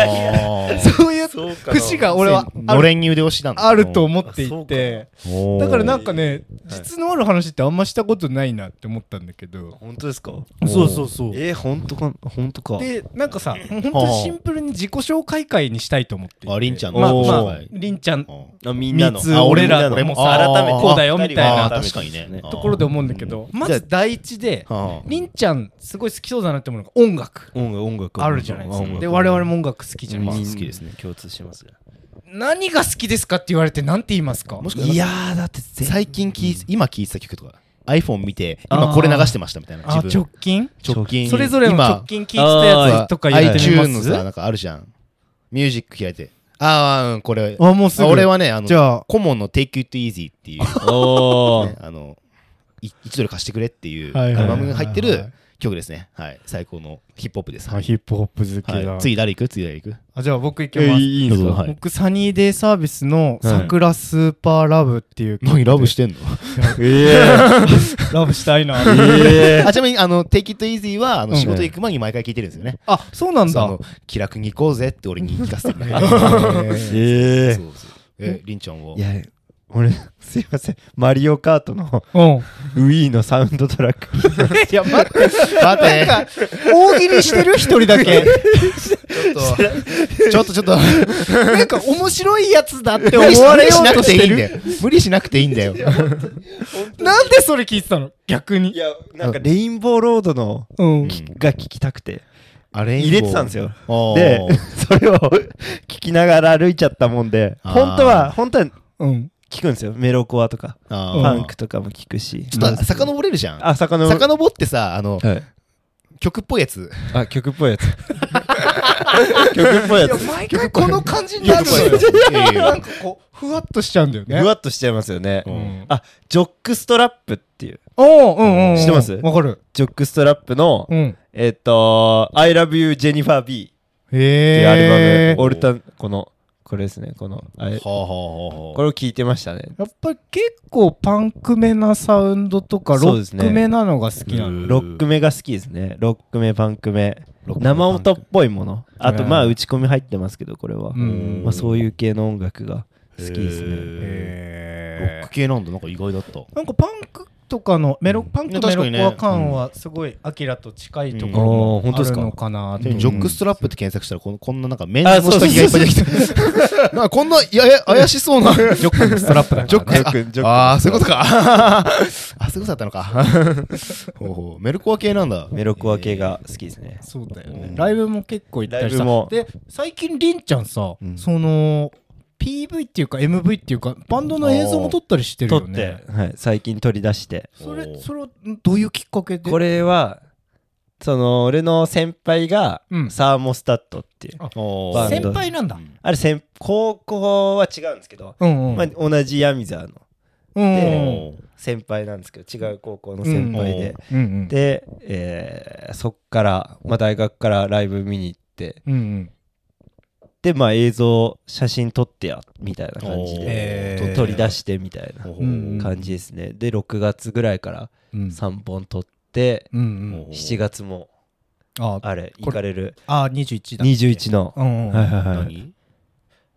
S2: ー
S1: そういう
S3: そうかな
S1: 節が俺はあ
S2: の
S1: る
S2: れんに腕押しなんだ
S1: あると思っていて
S2: おー
S1: だからなんかね実のある話ってあんましたことないなって思ったんだけど
S3: 本当ですか
S1: そうそうそう
S3: えー、本当か本当か
S1: でなんかさ本当にシンプルに自己紹介会にしたいと思っていて
S2: ありんちゃんの
S1: まあ
S2: お
S1: まあ
S2: ー
S1: りんちゃん
S2: あ
S3: あみんな
S1: 三
S3: の
S1: つ
S2: あ
S1: 俺
S2: 俺
S1: ら
S2: らの
S1: 俺も
S2: あ
S1: さ
S2: ー
S1: 改めてこうだよみたい
S2: あ
S1: な
S2: ー確かにね
S1: ところで思うんだけどま
S3: じゃあ
S1: ず第一で
S2: はあ
S1: りんちゃんすごい好きそうだなって思うのが音楽
S3: 音楽音楽
S1: あるじゃないです
S3: 音
S1: か
S3: 楽
S1: で我々も音楽好きじゃないですか
S2: まあ好きですね
S3: 共通します
S1: 何が好きですかって言われて何て言いますか
S2: もしか
S3: い
S2: い
S3: や
S2: や
S3: ーだって全
S2: 最近聞い今聴いてた曲とか iPhone 見て今これ流してましたみたいな
S1: あ
S2: 自
S1: 直
S2: 分
S1: 近
S2: 直近
S1: それぞれの直近聞
S2: 今
S1: いてたやつとか言ってみま
S2: iTunes の
S1: す
S2: さなんかあるじゃんミュージック開いてああうんこれ
S1: あもうすぐ
S2: あ俺はねあの
S1: じゃあ
S2: コモンの Take It Easy っていう
S3: お
S2: ねあのい1ドル貸してくれっていう
S1: は
S2: ア
S1: い
S2: ル
S1: はいはいはい
S2: バムが入ってる曲ですねはい最高のヒップホップです
S1: あヒップホップ好き
S2: は
S1: だ
S2: い次誰行く次誰行く
S1: あじゃあ僕行き
S3: え
S1: ます
S3: いいんです
S2: どう
S3: か
S2: ぞはい
S1: 僕サニーデイサービスの「桜スーパーラブ」っていう曲
S2: 何ラブしてんの
S3: え
S1: ラブしたいな
S2: あちなみにあの Take It Easy はあの
S1: うん
S2: 仕事行く前に毎回聞いてるんですよね
S1: あそうなん
S2: そうあ
S1: だ
S2: の気楽に行こうぜって俺に聞かせて くれる
S3: ー、えー
S2: そうそうえりんちゃんはい
S3: や、俺、すいません、マリオカートの
S1: うん
S3: ウィーのサウンドトラック。
S1: いや待って
S2: 待って
S1: 大喜利してる一 人だけ
S2: ちょっとちょっと
S1: なんか面白いやつだって
S2: 無
S1: 思
S2: 理し
S1: わ
S2: 無
S1: れ
S2: 理
S1: よ
S2: し
S1: う
S2: な
S1: と
S2: く
S1: してて
S2: いいんだ
S1: る
S2: よ無理しなくていいんだよ
S1: なんでそれ聞いてたの逆
S3: い
S1: に
S3: や、なんかレインボーロードの
S1: うん
S3: が聞きたくて、
S2: あれ
S3: 入れてたんですよ。で
S2: で、
S3: それを聞きながら歩いちゃったもんで、
S2: あー
S3: 本当は、本当は
S1: うん
S3: 聞くんですよ。メロコアとか、
S2: あ
S3: フ
S2: ー
S3: ァンクとかも聞くし。
S2: ちょっと遡れるじゃん
S3: あ、魚の。
S2: 遡ってさあの
S3: はい、
S2: 曲っぽいやつ
S3: あ、曲っぽいやつ。曲っぽいやつ。
S1: 毎回この感じに
S2: 曲っぽいやついや
S1: なんかこうふわっとしちゃうんだよね
S3: ふわっとし ちゃいますよね。
S1: ん
S3: あ、ジョックストラップっていう、
S1: おーうんうんうん
S3: 知ってます
S1: わかる
S3: ジョックストラップの、
S1: うん
S3: えっ、と、I love you, Jennifer B.
S1: へ
S3: っていうアル
S1: え
S3: バム、オルタン、この、これですね、この、あれ、
S2: はあ
S3: こ
S2: はあはあはあ
S3: れを聞いてましたね。
S1: やっぱり結構パンクめなサウンドとか
S3: そ
S1: ロ
S3: うです
S1: ッ
S3: ね
S1: クめなのが好きなの、
S2: うん
S3: ロック目が好きですね。ロック目、パンク目。
S2: ロック目
S3: 生音っぽいもの。
S1: ン
S3: あ
S1: ク
S3: と、まあ、打ち込み入ってますけど、これは。
S1: うん
S3: まあ、そういう系の音楽が好きですね。
S2: へーロ
S1: へ
S2: ック系なんだなんか意外だった
S1: ーなんかパンクとかのメロパン
S2: いや
S1: クメ
S2: 確か
S1: ロ
S2: にね
S1: コア感はすごいアキラと近いところ
S3: うんあー
S1: も
S3: 本
S1: あ
S3: 当です
S1: る
S3: か
S1: のかなと
S2: でジョックストラップって検索したらこんこんななんか面の
S3: あそう
S2: 下着がいっぱい出てきて なんかこんないやいや怪しそうなジョックストラップだジョック
S3: ジョックジョック
S2: ああーそういうことか あそういうことだったのか ほうほうメルコア系なんだ
S3: メロコア系が好きですね。
S1: そうだよね、
S2: うん
S1: ライブも結構行ったり
S3: ライブ
S1: さ
S3: も
S1: で最近りんちゃんさ、
S3: うん
S1: その PV っていうか MV っていうかバンドの映像も撮ったりしてる
S3: 撮
S1: よ
S3: っ
S1: ね
S3: て、はい、最近取り出して。
S1: それそれはんどういうきっかけで
S3: これは、その、俺の先輩が
S1: うん
S3: サーモスタットっていう。
S2: お
S3: バンド
S2: ー
S1: 先輩なんだ
S3: あれ先、高校は違うんですけど、
S1: うんうん、
S3: まあ、同じ闇沢の
S1: うん
S3: で
S1: うん
S3: 先輩なんですけど、違う高校の先輩で。
S1: うんうん
S3: で、えーそっから、まあ、大学からライブ見に行って、
S1: うんうん
S3: で、まあ、映像、写真撮ってや、みたいな感
S2: お
S3: じ
S2: ー
S3: で、
S1: へ
S3: と
S1: ー
S3: 取り出してみたいな
S2: ほうほ
S1: う
S2: うん
S3: 感じですね。で、6月ぐらいから
S1: うん
S3: 3本撮って、
S1: うんうん
S2: ほう
S3: 7月も、
S1: あ
S3: あれ、
S1: こ
S3: 行
S1: れ
S3: かれる
S1: あ21だ
S3: 21の、
S1: うんうん
S3: はいはいはい。
S2: 何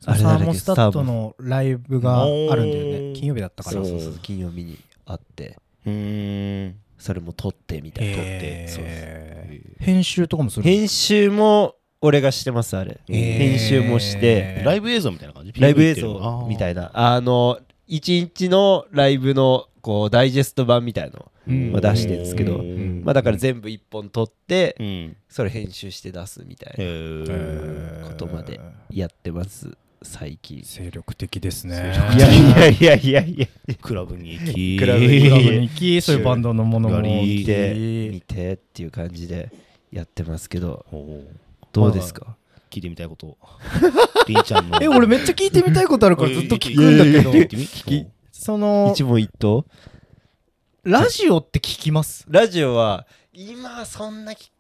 S1: サ
S3: あれ誰だっけ
S1: ーモスタットのライブがあるんだ
S2: サー
S1: よ
S2: モ
S1: ね金曜日だったか
S3: そ
S1: ら
S3: う
S1: そ
S3: そうう
S1: そ
S3: そうう、金曜日にあって、
S2: うーん
S3: それも撮ってみたいな。撮って、そうです
S1: へー編集とかもする
S3: 編集も、俺がしてます、あれ。編集もして、
S2: ライブ映像みたいな感じ
S3: ライブ映像みた
S2: い
S3: いな、あの、1日のライブの、こう、ダイジェスト版みたいの。
S1: ま
S3: まあ出してんですけ
S2: う
S3: ど
S2: ん
S3: まあだから全部1本撮って
S2: う、ん
S3: それ編集して出すみたいな。
S2: え
S3: ことまでやってます最近
S1: 精力的ですね
S3: いやいやいやいやいや
S2: ークラブに行き
S3: クラブ
S1: ク
S3: に
S1: ラブに行きそういうバンドのものも
S2: 見
S3: 見て
S1: 聞
S3: 見
S1: き
S3: てっていう感じでやってますけど
S2: ほう
S3: どうですか
S2: 聞いてみたいこと。 りんちゃんの。
S1: え俺めっちゃ聞いてみたいことあるからずっと聞くんだけど
S2: いやいやいや聞いてみ聞き
S1: その
S3: 一問一答
S1: ラジオって聞きます
S3: ラジオは今そんな聞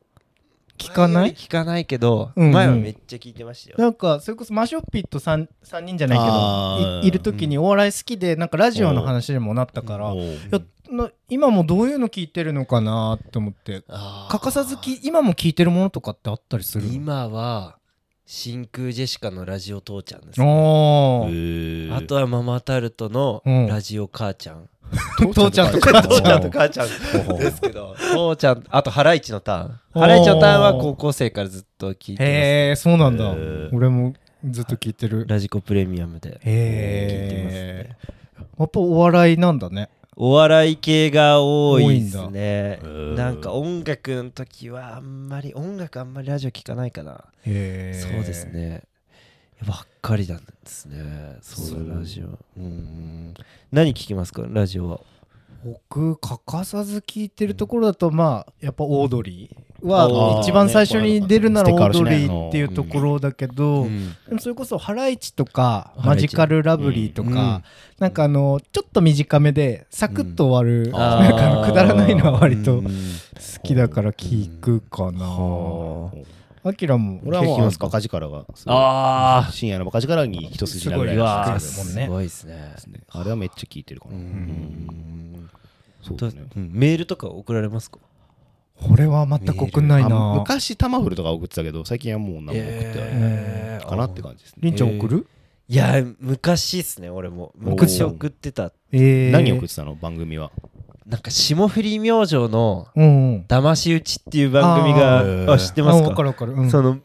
S1: 聞かない
S3: 聞かないけど
S1: うんうん
S3: 前はめっちゃ聞いてましたよ
S1: なんかそれこそマショピット 3, 3人じゃない
S2: あ
S1: けど
S2: ー
S1: いいる時にお笑い好きでなんかラジオの話にもなったからいやな今もどういうの聞いてるのかなと思って欠
S3: 欠
S1: かさずき今も聞いてるものとかってあったりするの
S3: 今は真空ジェシカのラジオ父ちゃんですね
S1: あー
S2: あ
S3: あとはママタルトの
S1: うん
S3: ラジオ母ちゃん
S1: 父ちゃんとか
S3: 父ち ゃんと母ちゃんですけど父ちゃんあとハライチのターンハライチのターンは高校生からずっと聞いてますね
S1: へえそうなんだ
S2: へー
S1: 俺もずっと聞いてる
S3: ラジコプレミアムで聞いてます
S1: へ
S3: ね
S1: えやっぱお笑いなんだね
S3: お笑い系が多いですね
S2: 多いんだ
S3: なんか音楽の時はあんまり音楽あんまりラジオ聞かないかな
S1: へえ
S3: そうですねばっかりなんですねそうだラジオうんうん何聞きますかラジオは
S1: 僕欠かさず聞いてるところだとまあやっぱオードリーは
S2: あー
S1: 一番最初に出るならオ
S2: ね
S1: ードリーっていうところだけど、
S3: うん
S1: でもそれこそハライチとか
S3: ハライチ
S1: マジカルラブリーとか、
S3: うん
S1: なんかあのちょっと短めでサクッと終わる、
S2: あ
S1: なんかあのくだらないのは割と
S3: うん
S1: 好
S3: うん
S1: きだから聞くかな
S3: はあ
S1: あきらも
S2: 俺はもう
S1: 聞きますか
S2: バカ力がすごい
S3: あ
S2: 深夜のバカ力に一筋縄
S1: すご
S2: ぐ
S1: い
S2: らい
S1: わ
S2: の
S1: あ
S2: 力
S1: す
S2: で
S1: ごい
S3: すごいですね
S2: すねあれはめっちゃ聞いてるかな
S3: うん
S2: そう
S3: と
S2: だ
S3: う
S2: ね
S3: んメールとか送られますか
S1: これは全く送んない
S2: あ
S1: な
S2: 昔タマフルとか送ってたけど最近はもう何も送ってない
S3: えー
S2: かなって感じですね
S1: りんちゃん送る、
S3: いや昔っすね俺も昔送ってた
S1: えー
S2: 何送ってたの番組は
S3: なんか霜降り明星の
S1: うんうん
S3: 「騙し討ち」っていう番組が
S1: あ
S2: ー
S3: あ知ってます
S1: あわか
S3: か
S1: るわかる、うん、
S3: その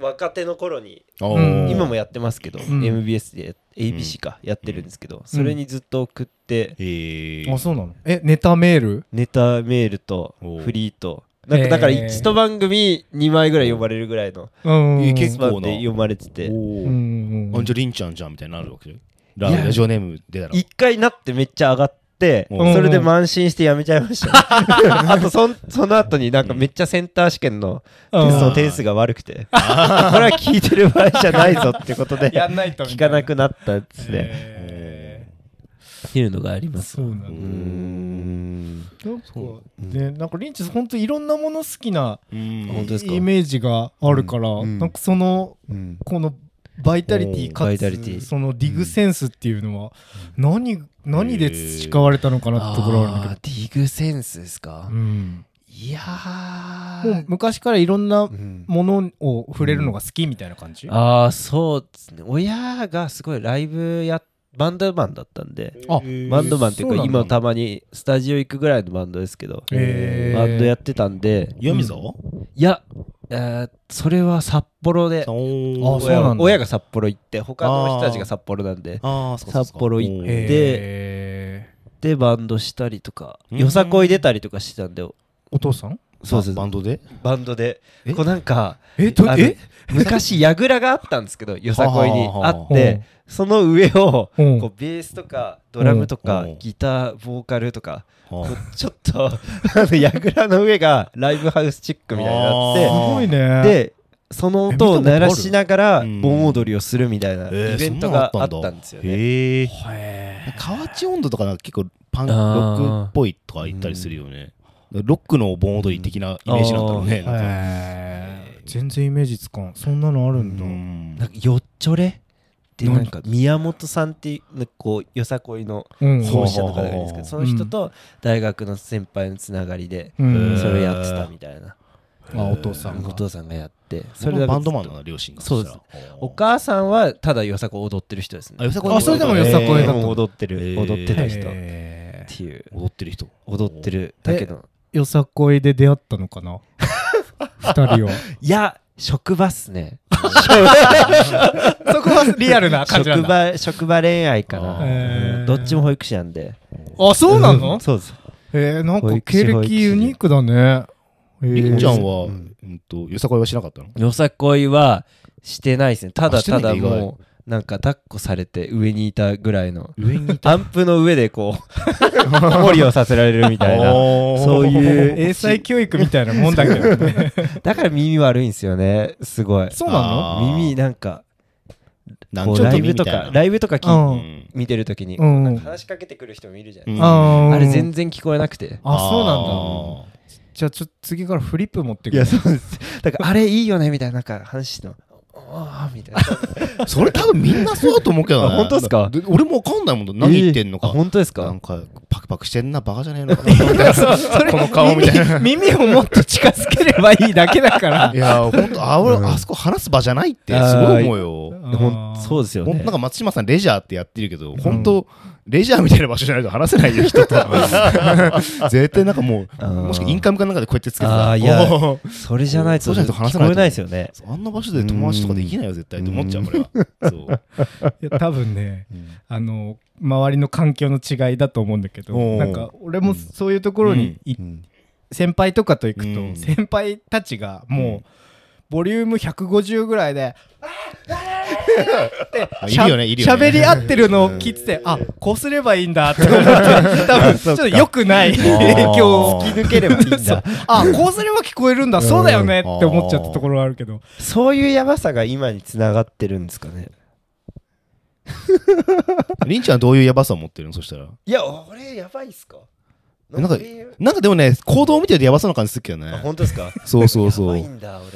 S3: 若手の頃に
S1: うん
S3: 今もやってますけど
S1: ん
S3: MBS で ABC かやってるんですけどそれにずっと送って
S2: え
S1: あそうなのえネタメール
S3: ネタメールと
S2: おー
S3: フリーとなん
S1: え
S3: か
S1: ー
S3: だから一番組2枚ぐらい呼ばれるぐらいの
S1: うん
S2: え結
S3: 一番
S2: 構な
S3: で読まれてて
S1: う
S2: おー
S1: んうん
S2: あじゃありんちゃんじゃんみたいになるわけラ
S3: いや
S2: ラジオネーム出たら
S3: 一回なってめっちゃ上がって
S2: うん
S3: それで慢心してやめちゃいました あとそんその後になんかめっちゃセンター試験の
S1: うん
S3: テストの点数が悪くてこれは聞いてる場合じゃないぞってことで
S1: やんないとみ
S3: 聞
S1: た
S3: か
S1: いな
S3: なくなったんですね
S1: え
S3: っていうのがあり
S1: ー
S3: ます
S1: そうなの、
S3: うーん
S1: なんかね、なんかリンチ本当いろんなもの好きな
S2: うん
S3: 本当ですか
S1: イメージがあるから、
S3: うん
S1: なんかその
S3: うん
S1: このバイタリティ
S2: おー
S1: か
S3: バイタリティ
S1: つそのディグセンスっていうのは何,、何で培われたのかなってところはあるんだ
S3: あーディグセンスですか
S1: けど、うん
S3: いやー
S1: もう昔からいろんな
S3: うん
S1: ものを触れるのが好きみたいな感じ、
S3: ああそうですね親がすごいライブやっバンドマンだったんで
S1: あ
S3: バンドマンっていう
S1: そう
S3: か
S1: なんだ
S3: 今たまにスタジオ行くぐらいのバンドですけど
S1: へー
S3: バンドやってたんで
S2: 闇沢
S3: いやえーそれは札幌で
S1: あそう
S3: 親
S1: なんだ
S3: は親が札幌行って他の人たちが札幌なんで
S2: あーそっかそっか
S3: 札幌行っ
S2: おー
S3: て
S1: へ
S3: でバンドしたりとか
S2: うん
S3: よさこい出たりとかしてたんで
S1: ーお父さん
S3: そうそう
S2: バンドで
S3: バンドで
S2: え
S3: こうなんか
S1: えと
S3: あの
S1: え
S3: 昔櫓があったんです けどよさこいに
S2: はあは
S3: あ
S2: あは
S3: っ
S2: あ
S3: てその上を
S1: うん
S3: こうベースとかドラムとか
S2: うん
S3: ギターボーカルとか
S2: はあ
S3: ちょっと あの櫓の上がライブハウスチックみたいに
S1: す
S3: なっ
S1: ごいね
S3: てでその音を鳴らしながら
S2: え見たことある
S3: 盆踊りをするみたい
S2: え
S3: な
S2: ー
S3: イベントが
S2: そんな
S3: あっ
S2: の
S3: たんですよね。
S2: へえ
S1: へー
S2: 河内温度とかなんか結構パンロックっぽいとか言ったりするよねロックの盆踊り的なイメージなんだろうねなんか
S1: へー全然イメージつかんそんなのあるんだ
S2: うん
S3: なんかよっちょれって
S1: 何
S3: なんか宮本さんっていうこうよさこいの
S1: うん
S3: 創始者の方がいるんですけ
S2: うん
S3: どその人と大学の先輩のつながりで
S1: う
S2: へ
S1: ん
S2: ー
S3: それをやってたみたいな
S1: あお父さん
S3: お
S1: が
S3: 父さんがやって
S2: それは
S3: だけ
S2: バンドマンなんだ両親が
S3: そうですお母さんはただよさこい踊ってる人ですね
S2: あよさこい
S1: あそれでもよさこいだ
S3: で
S1: と
S3: も踊って
S2: へ
S3: る
S2: ー
S3: 踊ってた人っ
S1: へー
S3: ていう
S2: 踊ってる人
S3: 踊ってるだけの
S1: よさこいで出会ったのか な二人はい
S3: や職場っすね
S1: そこはリアルな感じなん
S3: 職
S1: だ
S3: 場職場恋愛かな
S2: あ
S1: ー
S3: うんどっちも保育士なんで
S1: あそうなの
S3: そうです
S1: えー、なん
S3: 保
S1: か
S3: 育士
S1: 経
S3: 保育
S1: 歴
S3: 士
S1: ユニークだねえー
S2: りんちゃんは
S3: う
S2: うんとよさこいはしなかったの
S3: よさこいはしてないですねた
S2: あ
S3: だ
S2: してな
S3: た
S2: いんだ
S3: だ
S2: 意外
S3: もうなんか抱っこされて上にいたぐらいの
S2: 上に
S3: アンプの上でこ う無理をさせられるみたいなそういう
S1: 英才教育みたいなもんだけど ね
S3: だから耳悪いんですよねすごい
S1: そうな
S2: の
S3: 耳なんか
S2: な
S3: こ
S2: ん
S3: う
S2: ちょっ
S3: ラ
S2: と
S3: イ
S2: 耳み
S3: ブと
S2: たいな
S3: かライブとかき
S1: のう
S2: うんん
S3: 見てる時に
S1: うん
S3: なんか話しかけてくる人もいるじゃない
S2: うん
S1: あー
S3: あれ全然聞こえなくて
S1: あそうなんだ
S2: あー
S1: じゃあちょっと次からフリップ持って
S3: い
S1: くる
S3: やそうですだからあれいいよねみたいななんか話してたのああみたいな
S2: それ多分みんなそうだと思うけどね。
S3: あ本当っすか
S2: で俺もわかんないもん。 何言ってんのか。
S3: えーあ本当です
S2: な
S3: か
S2: んかパクパクしてんな、バカじゃねえのかな。この顔みたいな。
S1: 耳をもっと近づければいいだけだから
S2: いや、本当あ俺、
S3: うん
S2: あそこ話す場じゃないって、すごい 思うよ。
S3: ほんそう
S1: う
S3: ですよ
S2: ほん
S3: ね
S2: なんか松島さん、レジャーってやってるけど、本当、レジャーみたいな場所じゃないと話せないよ、 人と。絶対なんかもう、
S3: あー
S2: もしくはインカムかなんかでこうやってつけてた
S3: あーいや
S2: おー
S3: それじゃないと
S2: そうじゃないと話せない
S3: 聞こえないですよね
S2: そうあんな場所で友達とかできないよ、絶対って思っちゃう、
S3: うん
S2: 俺は。 そう
S1: いや多分ねあの周りの環境の違いだと思うんだけど
S2: おー
S1: なんか俺もそういうところにい
S2: うん
S1: 先輩とかと行く
S2: うん
S1: と先輩たちがもうボリューム150ぐらいで
S2: あい
S1: しゃ
S2: るよね、いるよね。
S1: 喋り合ってるのを聞いてて、あこうすればいいんだって思 って、多分ちょっと良く ない影響を突き抜ければいいんだ。あこうすれば聞こえるんだ、そうだよねって思っちゃったところはあるけど、
S3: そういうやばさが今につながってるんですかね
S2: りんちゃんはどういうやばさを持ってるのそしたら。
S3: いや俺やばいっすか
S2: なんか
S3: えー
S2: なんかでもね、行動を見てるとやばそうな感じするけど
S3: あ
S2: ね。
S3: 本当ですか
S2: そうそうそ
S3: やば
S2: う
S3: い。んだ俺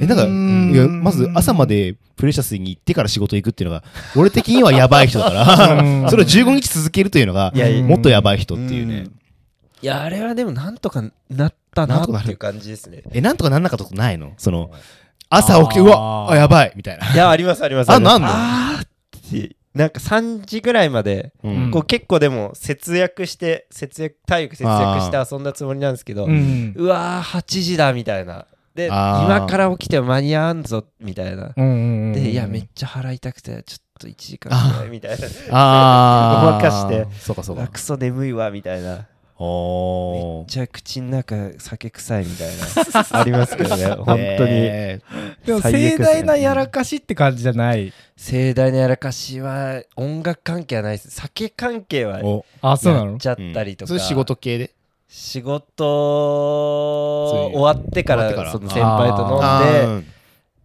S2: え、なんか、
S1: うーん
S2: いやまず朝までプレシャスに行ってから仕事行くっていうのが、俺的にはやばい人だか
S1: う
S2: ら、
S1: ん
S2: それを15日続けるというのが
S3: いやい、や
S2: もっとやばい人っていうね。
S3: いやあれはでもなんとかなった
S2: な
S3: なんっ
S2: とか
S3: て
S2: なる
S3: いう感じですね
S2: え、なんとかなんなかったことないのその、朝起きて、うわ、あ、やばいみたいな。
S3: いやありますあります
S2: あ
S3: りま
S2: な
S3: す
S2: んの
S3: あーってなんか3時ぐらいまで
S2: うん
S3: こう結構でも節約して節約体力節約
S2: あ
S3: して遊んだつもりなんですけど
S1: う
S3: うんわー8時だみたいなで
S2: あー
S3: 今から起きても間に合わんぞみたいな
S1: うんうんうん
S3: でいやめっちゃ払いたくてちょっと1時間くらいみたいな
S2: あー
S3: ごまかして。
S2: そうかそう
S3: あ
S2: か。
S3: クソ眠いわみたいな
S2: おー。
S3: じゃあ口の中酒臭いみたいな ありますけどね本当に
S2: えー
S1: でも
S3: 最悪です
S1: 盛
S3: ね
S1: 大なやらかしって感じじゃない。
S3: 盛大なやらかしは音楽関係はないです酒関係はや
S2: お
S1: あそうな
S3: っ
S1: の
S3: ちゃったりとか、
S2: うんそれ仕事系で。
S3: 仕事終わってか
S2: 終わってから
S3: らその先輩と
S1: あ
S3: 飲んで
S2: ー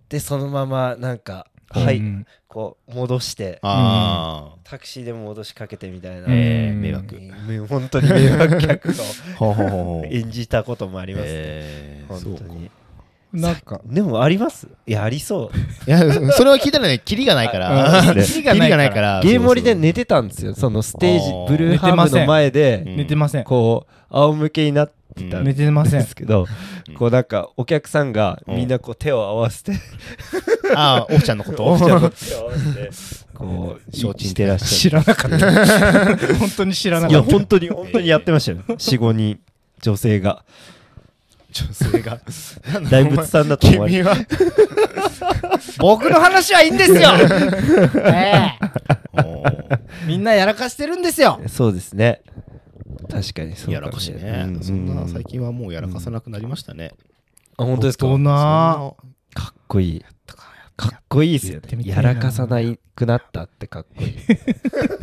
S3: でそのままなんかはい、
S1: うん
S3: こう戻して
S2: あ
S3: タクシーでも戻しかけてみたいな、
S1: うん
S2: えー迷惑
S3: め本当に迷惑客を
S2: ー。ほうほうほうほう。
S3: 演じたこともありますね、
S2: えー
S3: 本当に
S1: なんか
S3: でもありますいやありそう
S2: いや、それは聞いたらね、キリがない か
S1: う
S2: ら。
S1: ん
S2: キリがないから。
S3: ゲーム盛りで
S2: ね
S3: 寝てたんですよそのステ
S2: あ
S3: ー
S2: ー
S3: ジブルーハーブの前
S2: う
S3: で
S2: ん
S1: 寝てません。
S3: こう仰向けになってたん
S1: 寝
S3: で
S1: てません
S3: す。けど
S2: うん
S3: こうなんかお客さんがみんなこう手を合わせて
S2: ああ、 オフちゃんのこと
S3: オフちゃんのこ
S2: こう
S3: 承
S2: 承
S3: 知
S2: 知
S3: し
S2: してて
S3: ら
S2: ら
S3: っ
S2: っ
S3: し
S1: 知
S3: ゃる
S1: らなかった。 本当に知らないか
S3: や
S1: った。
S3: 本当に本当にやってましたよ45人女性 が
S2: 女性が。
S3: 大仏さんだと思われ
S2: 君は。
S1: 僕の話はいいんですよ ええみんなやらかしてるんですよ
S3: そうですね確かにそうかも
S2: やらかしいね
S3: う。
S2: そんな最
S3: 近
S2: 近はもうやらかさなくなりましたね。
S3: あ本当ですか
S1: 大人
S2: あ
S3: かっこいいかっこいいですよ
S1: やってみたい
S3: や
S1: な
S3: らかさないくなったってかっこいい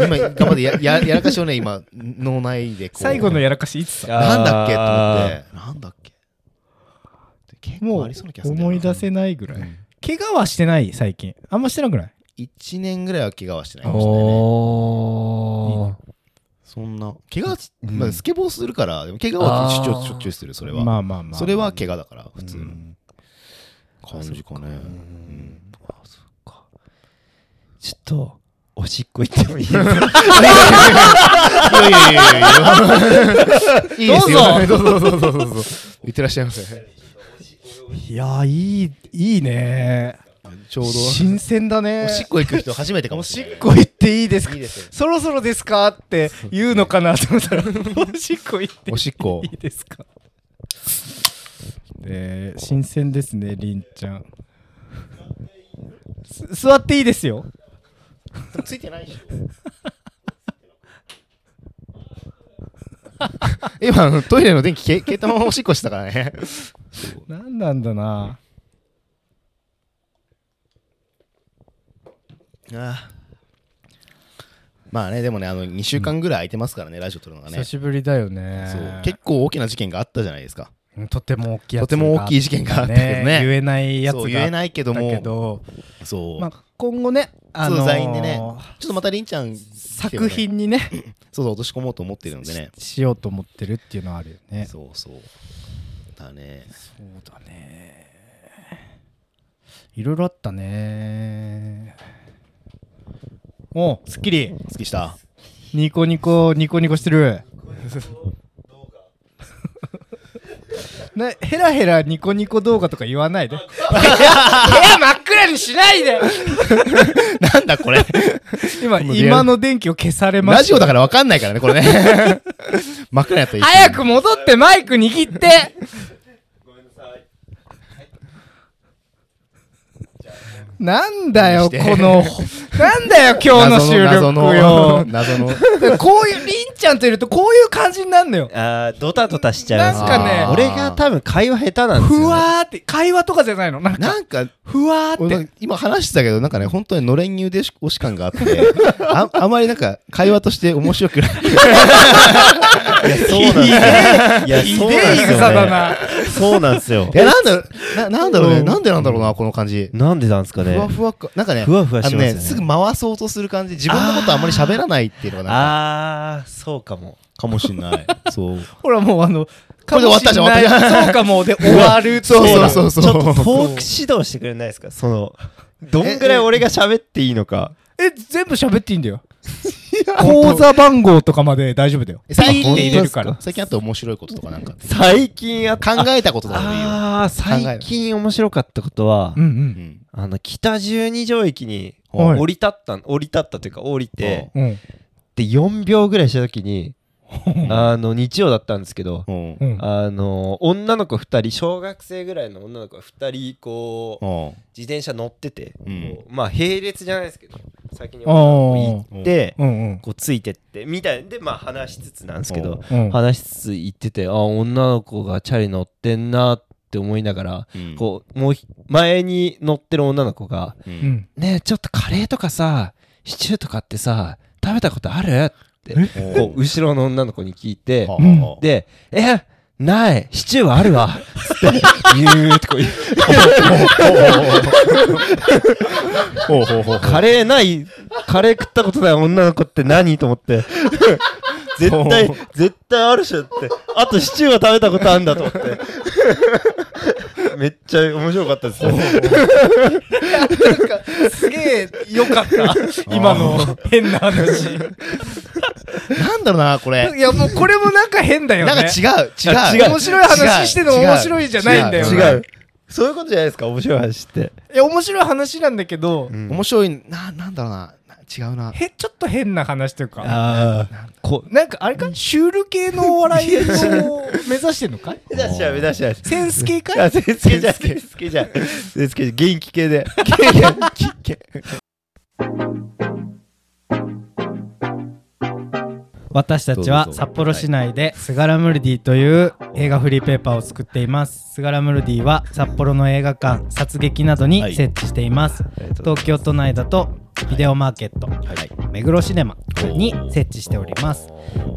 S2: あ。今、頑張ってや ややらかしをね、今、脳内でこう。
S1: 最後のやらかしいつだ
S2: なんだっけと思って。なんだっけ結構
S1: も
S2: あ
S1: う
S2: りそうな気がするんだよ
S1: 思
S2: な
S1: 出
S2: い
S1: せないぐらい、
S2: うん
S1: 怪我はしてない最近あんましてなくない
S2: 一年ぐらいは怪我はしてないかもしれないね。
S3: おー
S2: そんな。怪我、
S3: うん
S2: まあ、スケボーするから、でも怪我はしょっちゅ
S3: あー
S2: うしょっちゅうする、それは。
S1: まあまあまあ
S2: それは怪我だから、普通
S3: う
S2: の
S3: ん
S2: 感じかね。うん
S3: あそっかちょっとおしっこ行ってもいいですか
S2: いやいやいやいやいやいいです
S1: ど
S2: よ。どうぞどうぞどうぞどうぞ。いってらっしゃいませ。
S1: いやいいいいね
S2: ちょうど。
S1: 新鮮だね
S2: おしっこ行く人初めてかもしれない。
S1: おしっこ行っていいですか
S2: いいですよ
S1: そろそろですかって言うのかなと思った らおしっこ行って
S2: おしっこ
S1: いいですかえー、新鮮ですねりんちゃんす座っていいですよ
S2: ついてないでしょ。 今あのトイレの電気消え消えたままおしっこしたからね。
S1: 何なんだな
S2: ああまあねでもねあの2週間ぐらい空いてますからね、ラジオ撮るのがね
S1: 久。しぶりだよ
S2: そう
S1: ね
S2: 結構大きな事件があったじゃないですか。
S1: とても大きいやつ
S2: とても大きい事件があったけどね。
S1: 言えないやつが
S2: そ
S1: あ
S2: う
S1: っ
S2: 言えないけど
S1: た
S2: も
S1: けど
S2: そう、
S1: まあ今後ねあ
S2: そ
S1: の
S2: う在院でね
S1: ー
S2: ちょっとまたりんちゃん
S1: 作品にね
S2: そうそう落とし込もうと思ってるのでね
S1: ししようと思ってるっていうのはあるよね
S2: そうそうだね
S1: そうだねいろいろあったねおうすっきり
S2: 好 きした
S1: ニコニコニコニコしてるね、ヘラヘラニコニコ動画とか言わないで部屋真っ暗にしないで
S2: なんだこれ
S1: 今
S2: このリアル
S1: 今の電気を消されました
S2: ラジオだから分かんないからねこれ ね真っ暗やったら
S1: 早く戻ってマイク握ってなんだよ、この、なんだよ、今日の収
S2: 謎
S1: 録
S2: の
S1: よ。
S2: 謎の謎の
S1: でこういう、りんちゃんといるとこういう感じになるの よ。
S3: あードタドタしちゃうですよ
S1: なんかね
S3: あー俺が多分会話下手なんですよね
S1: ふわーって、会話とかじゃないのなんか、
S2: なんか
S1: ふわーっ
S2: 俺
S1: て
S2: なん。か今話してたけどなんかね本当にのれんに腕し押し感があってあ あまりなんか会話として面白くない
S3: いやそうなんですよいや
S1: ひで
S3: そ
S1: え
S3: うなん
S1: い
S3: で
S1: ぐ
S3: す
S1: さ
S3: よ
S1: だ
S3: ね
S1: な。
S3: そうなんですよ
S2: えなんだろうななんだろう
S1: う
S2: ね
S1: ん
S2: なんでなんだろうなこの感じ
S3: なんでなんですかね
S2: ふわふわかなんかね
S3: ふわふわし
S2: あ
S3: て
S2: の
S3: ますよね
S2: ねすぐ回そうとする感じ自分のことあんまり喋らないっていうのがなんか
S3: あーそうかも
S2: かもしれない。そう。
S1: ほら、もうあの、
S2: これで終わったじゃん
S1: かもしない
S2: 終わったじゃん
S1: そうか も、で終わる。
S2: そうそう
S1: う。
S2: そうそう。
S3: ちょっとトーク指導してくれないですかそのどんぐらい俺が喋っていいのか
S1: え、全部喋っていいんだよ。口座番号とかまで大丈夫だよ。
S2: え最
S1: ピー
S2: 近
S1: って入れるから。
S2: 最近あった面白いこととかなんか。
S3: 最近あった
S2: 考えたこととかでもいいよ。
S3: あー最近面白かったことは
S1: うんう。
S2: うんん。
S3: あの北十二条駅に
S1: はい
S3: 降り立ったん降り立ったというか降りて
S1: うん。
S3: で4秒ぐらいした時にあの日曜だったんですけど
S2: うん
S1: う。ん。
S3: あの女の子2人小学生ぐらいの女の子が2人こう
S2: うん
S3: 自転車乗ってて、
S2: うん
S3: こうまあ並列じゃないですけど先に
S1: あー
S3: 行って
S1: うんうん。
S3: こうついてってみたいでまあ話しつつなんですけど
S1: うん
S3: 話しつつ行っててあ女の子がチャリ乗ってんなって思いながら
S2: うん
S3: こうもうひ前に乗ってる女の子が
S2: う。
S1: うんん。
S3: 「ねえちょっとカレーとかさシチューとかってさ食べたことある?」って
S2: え
S3: こう後ろの女の子に聞いて
S2: は
S1: うん
S2: あ
S3: で「えないシチューはあるわ」つって ビューってこう言う
S2: ほうほう ほうほう
S3: カレーない、カレー食ったことない女の子って何と思 って。絶対、絶対あるっしょって。あとシチューは食べたことあるんだと 思って。めっちゃ面白かったですね。
S1: すげえ良かった。 今の変な話。
S2: なんだろうな、これ。
S1: いやもうこれもなんか変だよ
S2: なんか
S1: ね。
S2: 違う。違う。
S1: 面白い話しての面白いじゃないんだよ
S3: 違う。そういうことじゃないですか面白い話って
S1: いや面白い話なんだけど、
S2: 面白いななんだろうなな違うな
S1: へちょっと変な話というか
S3: ああこ
S1: なんかあれか、シュール系のお笑いを目指してんのか い
S3: 目指しちゃう目指 しちゃう
S1: センス系かい
S3: あ全然じゃん全然じゃん全然元気系で元気系
S1: 私たちは札幌市内で「スガラムルディ」という映画フリーペーパーを作っていますスガラムルディは札幌の映画館殺撃などに設置しています、東京都内だとビデオマーケット、目黒シネマに設置しております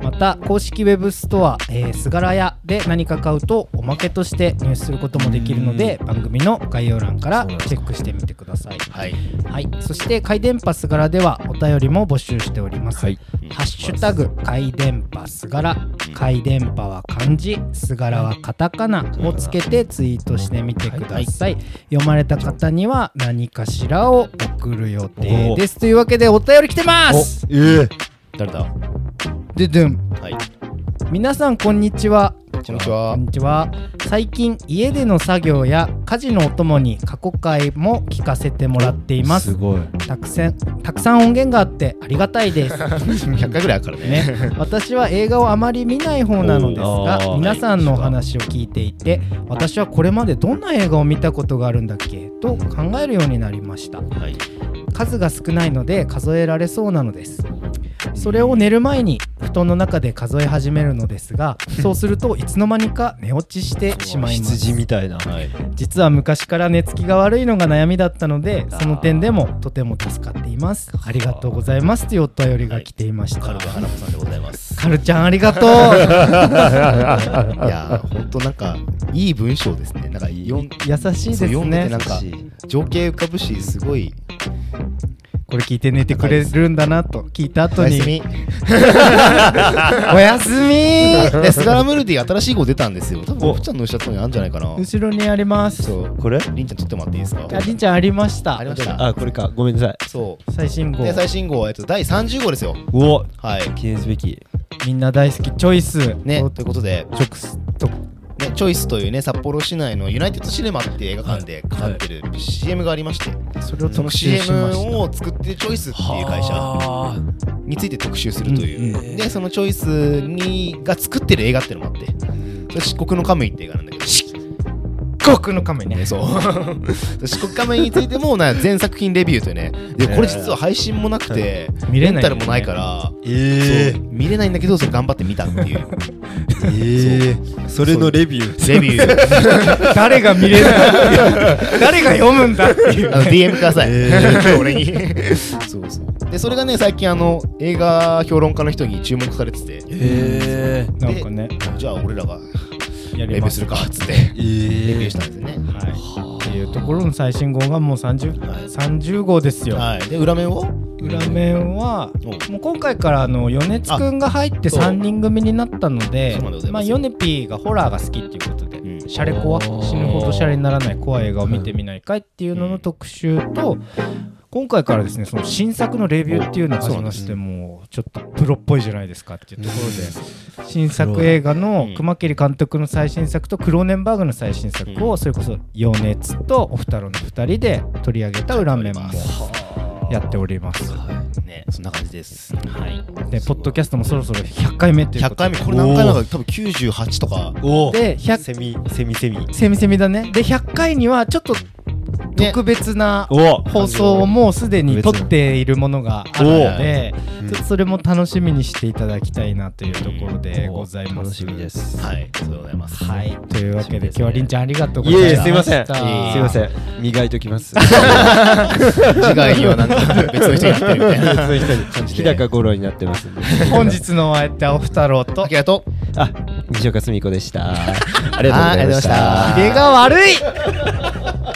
S1: また公式ウェブストアえーすがら屋で何か買うとおまけとして入手することもできるので番組の概要欄からチェックしてみてください
S2: はい
S1: はい、そして「回電波すがら」ではお便りも募集しております、
S3: はい
S1: ハッシュタグ「回電波すがら」「回電波は漢字すがらはカタカナ」をつけてツイートしてみてください、読まれた方には何かしらを送る予定ですというわけでお便り来てます
S3: ええ
S2: 誰だは
S1: ででん
S2: い
S1: 皆さんこんにちは
S2: こんにちは
S1: こんにちは最近家での作業や家事のお供に過去回も聞かせてもらっています
S3: ごい
S1: たくさんたくさん音源があってありがたいです。
S2: 100回ぐらいあるからね
S1: ね、私は映画をあまり見ない方なのですが
S3: おー
S1: 皆さんのお話を聞いていて私はこれまでどんな映画を見たことがあるんだっけと考えるようになりました
S2: はい
S1: 数が少ないので数えられそうなのですそれを寝る前に布団の中で数え始めるのです がそうするといつの間にか寝落ちしてしまいます
S3: 羊みたいな
S2: はい
S1: 実は昔から寝つきが悪いのが悩みだったのでその点でもとても助かっていますありがとうございますというお便りが来ていました、
S2: カルバ花子さんでございます
S1: カルちゃんありがとう
S2: いやーほんとなんかいい文章ですねなんかよん
S1: 優しいです
S2: そう読んで
S1: ね
S2: てなんか情景浮かぶしすごい
S1: これ聞いて寝てくれるんだなと聞いた後
S2: おや
S1: に
S2: すみ
S1: おやすみ
S2: でスガラムルディ新しい号出たんですよ多分おっちゃんのおっしゃったのにあるんじゃないかな
S1: 後ろにあります
S2: そう
S3: これ
S2: りんちゃん撮ってもらっていいですか
S1: ありんちゃんありました
S2: ありました
S3: あこれかごめんなさい
S2: そう
S1: 最新号
S2: で最新号はえっと第30号ですよ
S3: うお
S2: はい
S3: 記念すべき
S1: みんな大好きチョイス
S2: ね
S1: と
S2: ということで
S1: 直と
S2: ね、チョイスというね札幌市内のユナイテッドシネマっていう映画館でかかってる CM がありまして、
S1: それを
S2: その
S1: 特集
S2: CM
S1: しました
S2: を作ってるチョイスっていう会社
S6: はあ
S2: について特集するという、
S6: うんうん
S2: でそのチョイスにが作ってる映画っていうのもあってそれ漆黒の亀井って映画なんだけど漆
S1: 国の亀ね
S2: そう そう漆黒亀井についてもな全作品レビューというねでこれ実は配信もなくて、
S1: 見れ
S2: レ
S1: な
S2: ン
S1: い
S2: タ
S1: よね
S2: ルもないから、
S3: え
S2: そう見れないんだけどそれ頑張って見たっていう
S3: ええそれのレビュー
S2: レビュー
S1: 誰が見れ ない誰が読むんだっていう
S2: あの DM ください、 俺にそうそうでそれがね最近あの映画評論家の人に注目されてて
S6: へえ
S1: なんかね
S2: じゃあ俺らが
S1: や
S2: レビュ
S1: ま
S2: ーするかっつってレ
S3: え
S2: ビュ
S3: え
S2: ーしたんですね
S1: はい、っていうところの最新号がもう 30,、30号ですよ、
S2: はいで裏面を
S1: 裏面は
S2: お
S1: もう今回からあの米津くんが入って
S2: そう
S1: 3人組になったので
S2: そうなんでござい
S1: ま
S2: ま
S1: あ
S2: す
S1: 米ピーがホラーが好きっていうことで、
S2: うん
S1: シャレコは死ぬほどシャレにならない怖い映画を見てみないかいっていうのの特集と今回からですねその新作のレビューっていうのを始めましてもうちょっとプロっぽいじゃないですかっていうところで新作映画の
S2: うん
S1: 熊切監督の最新作とクローネンバーグの最新作をそれこそ米津とお二人の2人で取り上げた裏面もやっております。
S2: ねそんな感じです
S1: はい、でポッドキャストもそろそろ100回目というこ
S2: 100
S1: と
S2: 回目これ何回目か多分98とか
S3: おお
S1: で100
S3: セミセミセミ
S1: セミセミだねで100回にはちょっと特別な
S3: おお
S1: 放送をもうすでに撮っているものがあるので
S3: おう
S1: ちょっとそれも楽しみにしていただきたいなというところでございます
S3: 楽しみです
S2: はいそうでございます
S1: はいというわけで
S2: 楽しみで
S1: 今
S2: すね
S1: 日はりんちゃんありがとうご
S3: い
S1: ざいま
S3: えい
S1: し
S3: え
S1: た
S3: すいませんすい
S2: え
S3: ません磨いときます
S2: 次回にはなんか別の人になってるみたいな
S3: 別の人に感じで日高五郎になってますんで
S1: 本日のお相手はお二郎と
S2: ありがとう
S3: あ 西岡澄子でしたありがとうございまし
S2: あ
S3: た
S2: ありがとうございました
S1: 腕が悪い